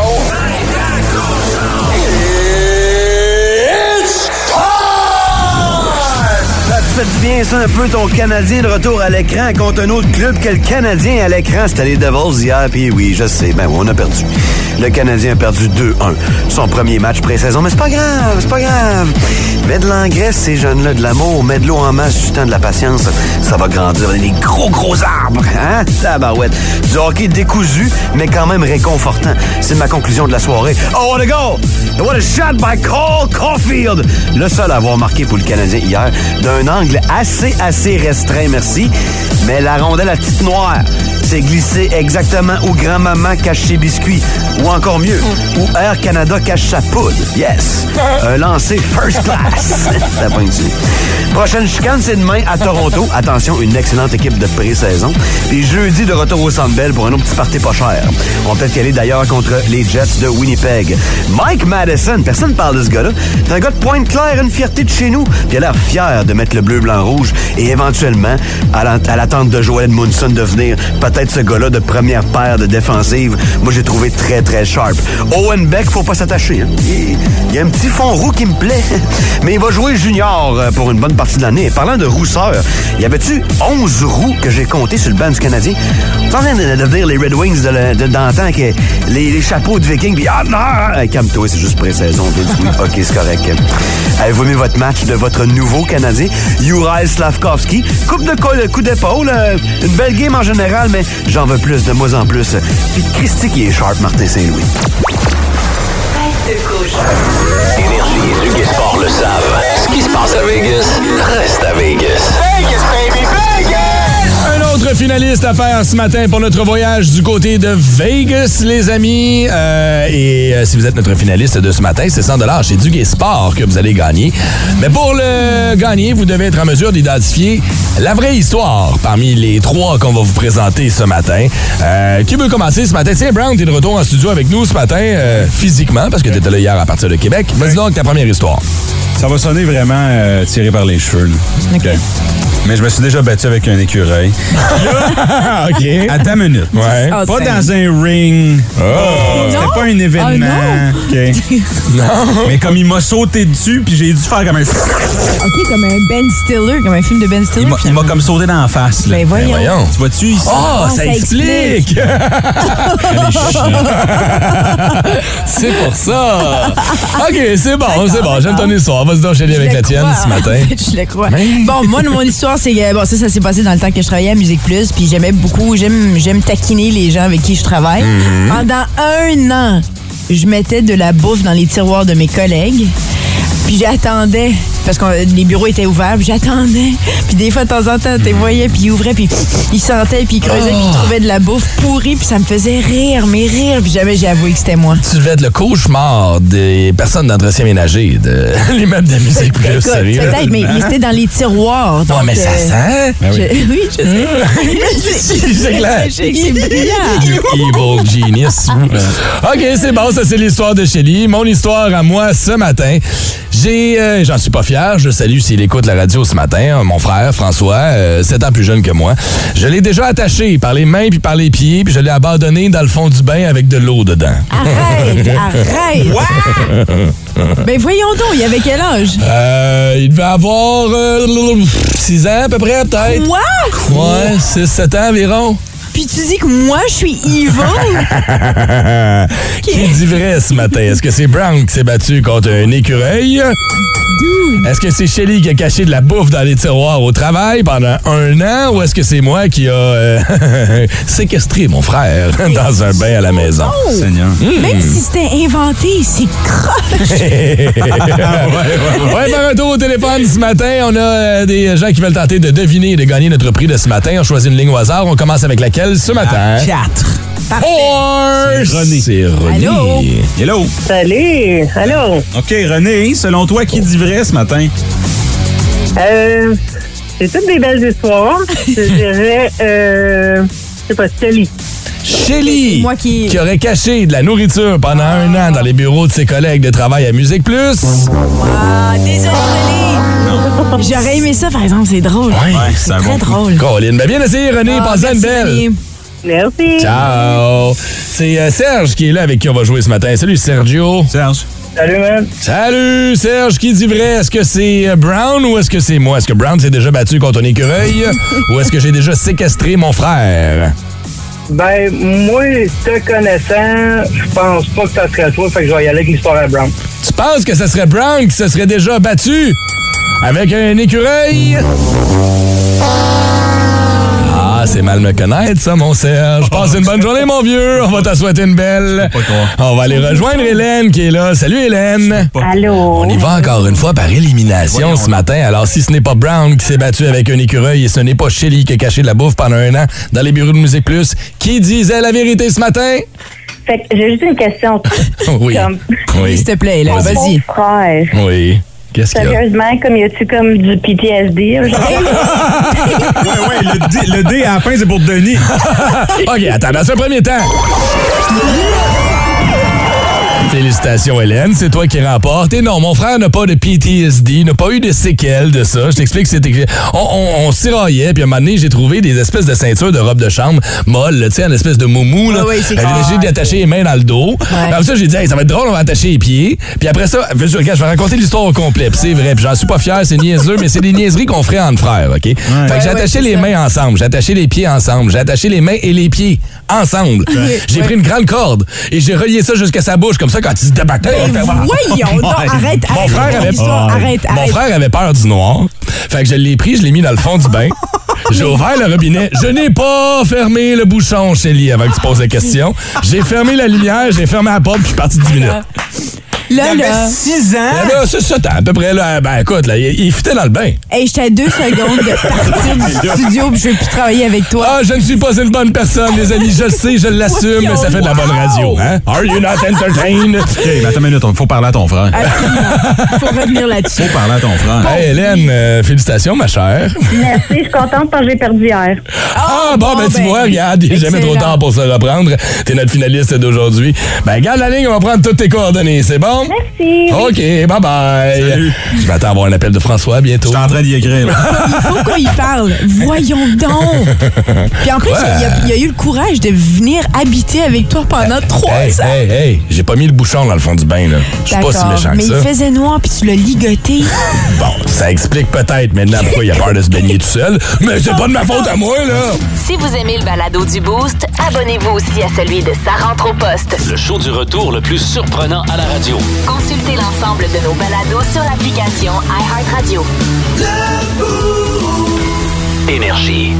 It's
Ça te fait du bien, ça, un peu, ton Canadien de retour à l'écran contre un autre club que le Canadien à l'écran. C'était les Devils hier, puis oui, je sais, ben oui, on a perdu. Le Canadien a perdu 2-1. Son premier match pré-saison, mais c'est pas grave, c'est pas grave. Mets de l'engrais, ces jeunes-là, de l'amour, mets de l'eau en masse, du temps, de la patience. Ça va grandir, des gros, gros arbres, hein? Tabarouette. Du hockey décousu, mais quand même réconfortant. C'est ma conclusion de la soirée. Oh, what a goal! And what a shot by Cole Caulfield! Le seul à avoir marqué pour le Canadien hier, d'un angle assez, assez restreint, merci. Mais la rondelle à petite noire s'est glissée exactement où grand-maman cache ses biscuits. Ou encore mieux, où Air Canada cache sa poudre. Yes! Un lancer first class! <laughs> T'as pas une idée. Prochaine chicane, c'est demain à Toronto. Attention, une excellente équipe de pré-saison. Puis jeudi, de retour au Centre Bell pour un autre petit party pas cher. On peut peut-être y aller d'ailleurs contre les Jets de Winnipeg. Mike Madison, personne ne parle de ce gars-là. C'est un gars de Pointe-Claire, une fierté de chez nous. Puis il a l'air fier de mettre le bleu, blanc, rouge. Et éventuellement, à l'an- à l'attente de Joel Munson de venir, peut-être ce gars-là de première paire de défensive. Moi, j'ai trouvé très, très sharp. Owen Beck, faut pas s'attacher. hein. Il- Il y a un petit fond roux qui me plaît. <laughs> Mais il va jouer junior euh, pour une bonne partie de l'année. Et Parlant de rousseur, y avait-tu 11 roux que j'ai compté sur le banc du Canadien? C'est en train de devenir les Red Wings de le- de- d'antan, que les, les chapeaux de Vikings, puis ah non! ah, Calme-toi, c'est juste pré-saison. Vince. Oui, ok, c'est correct. Avez-vous aimé votre match de votre nouveau Canadien, Uri Slavkovski? Coupe de co- coup d'épaule, euh, une belle game en général, mais j'en veux plus, de moins en plus. Puis Christy qui est sharp, Martin Saint-Louis.
Énergie et Luc et Sport le savent. Ce qui se passe à Vegas reste à Vegas. Vegas, baby, Vegas!
Un autre finaliste à faire ce matin pour notre voyage du côté de Vegas, les amis. Euh, et euh, si vous êtes notre finaliste de ce matin, c'est 100 chez Duguay Sport que vous allez gagner. Mais pour le gagner, vous devez être en mesure d'identifier la vraie histoire parmi les trois qu'on va vous présenter ce matin. Euh, qui veut commencer ce matin? Tiens, Brown, t'es de retour en studio avec nous ce matin, euh, physiquement, parce que t'étais là hier à partir de Québec. Vas-y donc ta première histoire.
Ça va sonner vraiment euh, tiré par les cheveux. là. Mais je me suis déjà battu avec un <laughs> écureuil. OK. À ta minute. Oh. Ouais.
Ah,
Pas
c'est-
dans un ring. Euh, C'était
Non?
pas un événement.
Ah,
<laughs>
OK.
Non.
Mais comme il m'a sauté dessus, puis j'ai dû faire comme un...
Ah, OK, comme un Ben Stiller, comme un film de Ben Stiller.
Il m'a- il m'a comme sauté dans la face. Là.
Ben voyons.
Ben Tu vois-tu ici?
Ah, Ah, ça ça explique. explique. <laughs>
Allez, chier.
C'est pour ça. <laughs> OK, c'est bon, c'est bon. J'aime ton histoire. Vas-y donc, chérie, avec
Je
la
le
tienne
crois,
ce matin.
<laughs> en fait, je le crois. Bon, moi, mon histoire, c'est que bon, ça, ça s'est passé dans le temps que je travaillais à Musique Plus, puis j'aimais beaucoup, j'aime, j'aime taquiner les gens avec qui je travaille.
Mm-hmm.
Mhm.
Pendant un an, je mettais de la bouffe dans les tiroirs de mes collègues. Puis j'attendais, parce que euh, les bureaux étaient ouverts, puis j'attendais. Puis des fois, de temps en temps,
Mm-hmm.
tu les voyais, puis ils ouvraient, puis ils sentaient, puis ils creusaient,
Ah.
puis ils trouvaient de la bouffe pourrie, puis ça me faisait rire, mais rire, puis jamais j'ai avoué que c'était moi.
Tu devais être le cauchemar des personnes d'entretien ménager de <laughs> l'immeuble de musique plus,
Écoute,
sérieux.
Peut-être,
Ah.
mais, mais c'était dans les tiroirs. donc, euh,
mais ça sent. Ben oui.
je- <laughs> oui,
<laughs>
je <laughs> sais.
C'est- c'est clair.
Je sais que c'est brillant.
You evil genius. OK, c'est bon, ça c'est l'histoire de Shelly. Mon histoire à moi ce matin. J'ai, euh, j'en suis pas fier. Je salue s'il écoute la radio ce matin. euh, Mon frère François, 7 ans plus jeune que moi. Je l'ai déjà attaché par les mains puis par les pieds puis je l'ai abandonné dans le fond du bain avec de l'eau dedans.
Arrête, arrête. Ben voyons donc, il avait quel âge?
Euh, il devait avoir 6 ans à peu près, peut-être.
Quoi?
Ouais, 6-7 ans environ.
Puis tu dis que moi, je suis evil?
Qui dit vrai ce matin? Est-ce que c'est Brown qui s'est battu contre un écureuil? Est-ce que c'est Shelly qui a caché de la bouffe dans les tiroirs au travail pendant un an ou est-ce que c'est moi qui a euh, <laughs> séquestré mon frère <laughs> dans un bain à la maison?
Ah,
<laughs>
Oh!
Hmm.
Même si c'était inventé, c'est
ouais,
croche.
ouais, ouais. Ouais, par retour au téléphone ce matin, on a euh, des gens qui veulent tenter de deviner et de gagner notre prix de ce matin. On choisit une ligne au hasard. On commence avec laquelle ce matin?
4.
Four! C'est René.
Allô? Hello.
Salut. Allô.
OK, René, selon toi, qui dit vrai ce matin?
Euh, c'est toutes des belles histoires.
<laughs>
Je dirais, euh, je sais pas, Shelly.
Shelly, qui aurait caché de la nourriture pendant un an dans les bureaux de ses collègues de travail à Musique Plus.
Ah, désolé, René. J'aurais aimé Ben, ça, par exemple, c'est drôle.
c'est
très drôle.
Colin, ben bien essayé, René.
Ah,
Passez une
merci,
belle.
René. Merci.
Ciao. C'est euh, Serge qui est là avec qui on va jouer ce matin. Salut, Sergio.
Serge.
Salut, man. Salut, Serge. Qui dit vrai? Est-ce que c'est euh, Brown ou est-ce que c'est moi? Est-ce que Brown s'est déjà battu contre un
<laughs>
écureuil ou est-ce que j'ai déjà séquestré mon frère?
Ben, moi, te connaissant, je pense pas que ça serait toi, fait que je vais y aller avec l'histoire à Brown.
Tu penses que ça serait Brown qui se serait déjà battu avec un écureuil? Ah, c'est mal me connaître, ça, mon Serge. Passe une bonne journée, mon vieux. On va t'en souhaiter une belle. On va aller rejoindre Hélène qui est là. Salut, Hélène.
Allô.
On y va encore une fois par élimination ce matin. Alors, si ce n'est pas Brown qui s'est battu avec un écureuil et ce n'est pas Shelly qui a caché de la bouffe pendant un an dans les bureaux de Musique Plus, qui disait la vérité ce matin? <laughs>
Fait que j'ai juste une question.
Oui.
Comme-
Oui.
S'il te plaît, Hélène,
Mon
vas-y.
pauvre frère.
Oui. Qu'est-ce qu'il y a?
Sérieusement, comme y a-tu comme du PTSD?
Ouais, ouais, le dé, le dé à la fin, c'est pour Denis.
OK, attends, dans un premier temps. Félicitations, Hélène. C'est toi qui remporte. Et non, mon frère n'a pas de PTSD, n'a pas eu de séquelles de ça. Je t'explique, c'est écrit. On, on, on s'iraillait, puis à un moment donné, j'ai trouvé des espèces de ceintures de robe de chambre molles, tu sais, une espèce de moumou. Là.
Ah oui, c'est
J'avais
clair.
décidé d'attacher les mains dans le dos. Puis Après ça, j'ai dit, Hey, ça va être drôle, on va attacher les pieds. Puis après ça, je, regarde, je vais raconter l'histoire au complet. Puis c'est vrai, puis j'en suis pas fier, c'est niaiseux, mais c'est des niaiseries qu'on ferait entre frères, OK? Fait que j'ai attaché les mains ensemble, j'ai attaché les pieds ensemble, j'ai attaché les mains et les pieds ensemble.
Ouais.
J'ai pris une grande corde et j'ai relié ça jusqu'à sa bouche, comme ça, quand il se débattait. on fait-
voyons donc,
<laughs> Ouais.
arrête,
Mon
arrête
frère
ton
avait
histoire, arrête,
Mon
arrête.
frère avait peur du noir. Fait que je l'ai pris, je l'ai mis dans le fond du bain. J'ai ouvert le robinet. Je n'ai pas fermé le bouchon, Shelly, avant que tu poses la question. J'ai fermé la lumière, j'ai fermé la porte, puis je suis parti 10 minutes.
Là,
Il y avait
là.
six Mais là, c'est ça, t'as à peu près là. Ben écoute, là, il, il fitait dans le bain.
Hey, j'étais à deux secondes de partir
<laughs>
du studio puis je veux plus travailler avec toi.
Ah, je ne suis pas une bonne personne, les amis. Je le sais, je l'assume, mais ça fait de la bonne radio. Hein? Are you not entertained? OK,
mais attends une minute, faut parler à ton frère.
Faut
Ah.
revenir là-dessus.
Faut parler à ton frère.
Hey, Hélène, euh, félicitations, ma chère.
Merci, je suis contente parce que j'ai perdu hier.
Ah, bon, ben, tu vois, regarde, il n'est jamais trop tard pour se reprendre. T'es notre finaliste d'aujourd'hui. Ben, garde la ligne, on va prendre toutes tes coordonnées, c'est bon?
Merci.
OK, bye-bye. Je m'attends à avoir un appel de François à bientôt. Je suis en
train d'y écrire.
Il faut qu'on y parle. Voyons donc. Puis en plus, il y a- il y, a eu le courage de venir habiter avec toi pendant trois
Hey,
ans.
hey, hey, j'ai pas mis le bouchon dans le fond du bain, là. Je suis pas si
D'accord,
méchant que
Mais
ça.
il faisait noir puis tu l'as ligoté.
Bon, ça explique peut-être maintenant pourquoi il a peur de se baigner tout seul, mais c'est pas de ma faute à moi, là.
Si vous aimez le balado du Boost, abonnez-vous aussi à celui de Sa rentre au poste.
Le show du retour le plus surprenant à la radio.
Consultez l'ensemble de nos balados sur l'application iHeartRadio.
Énergie.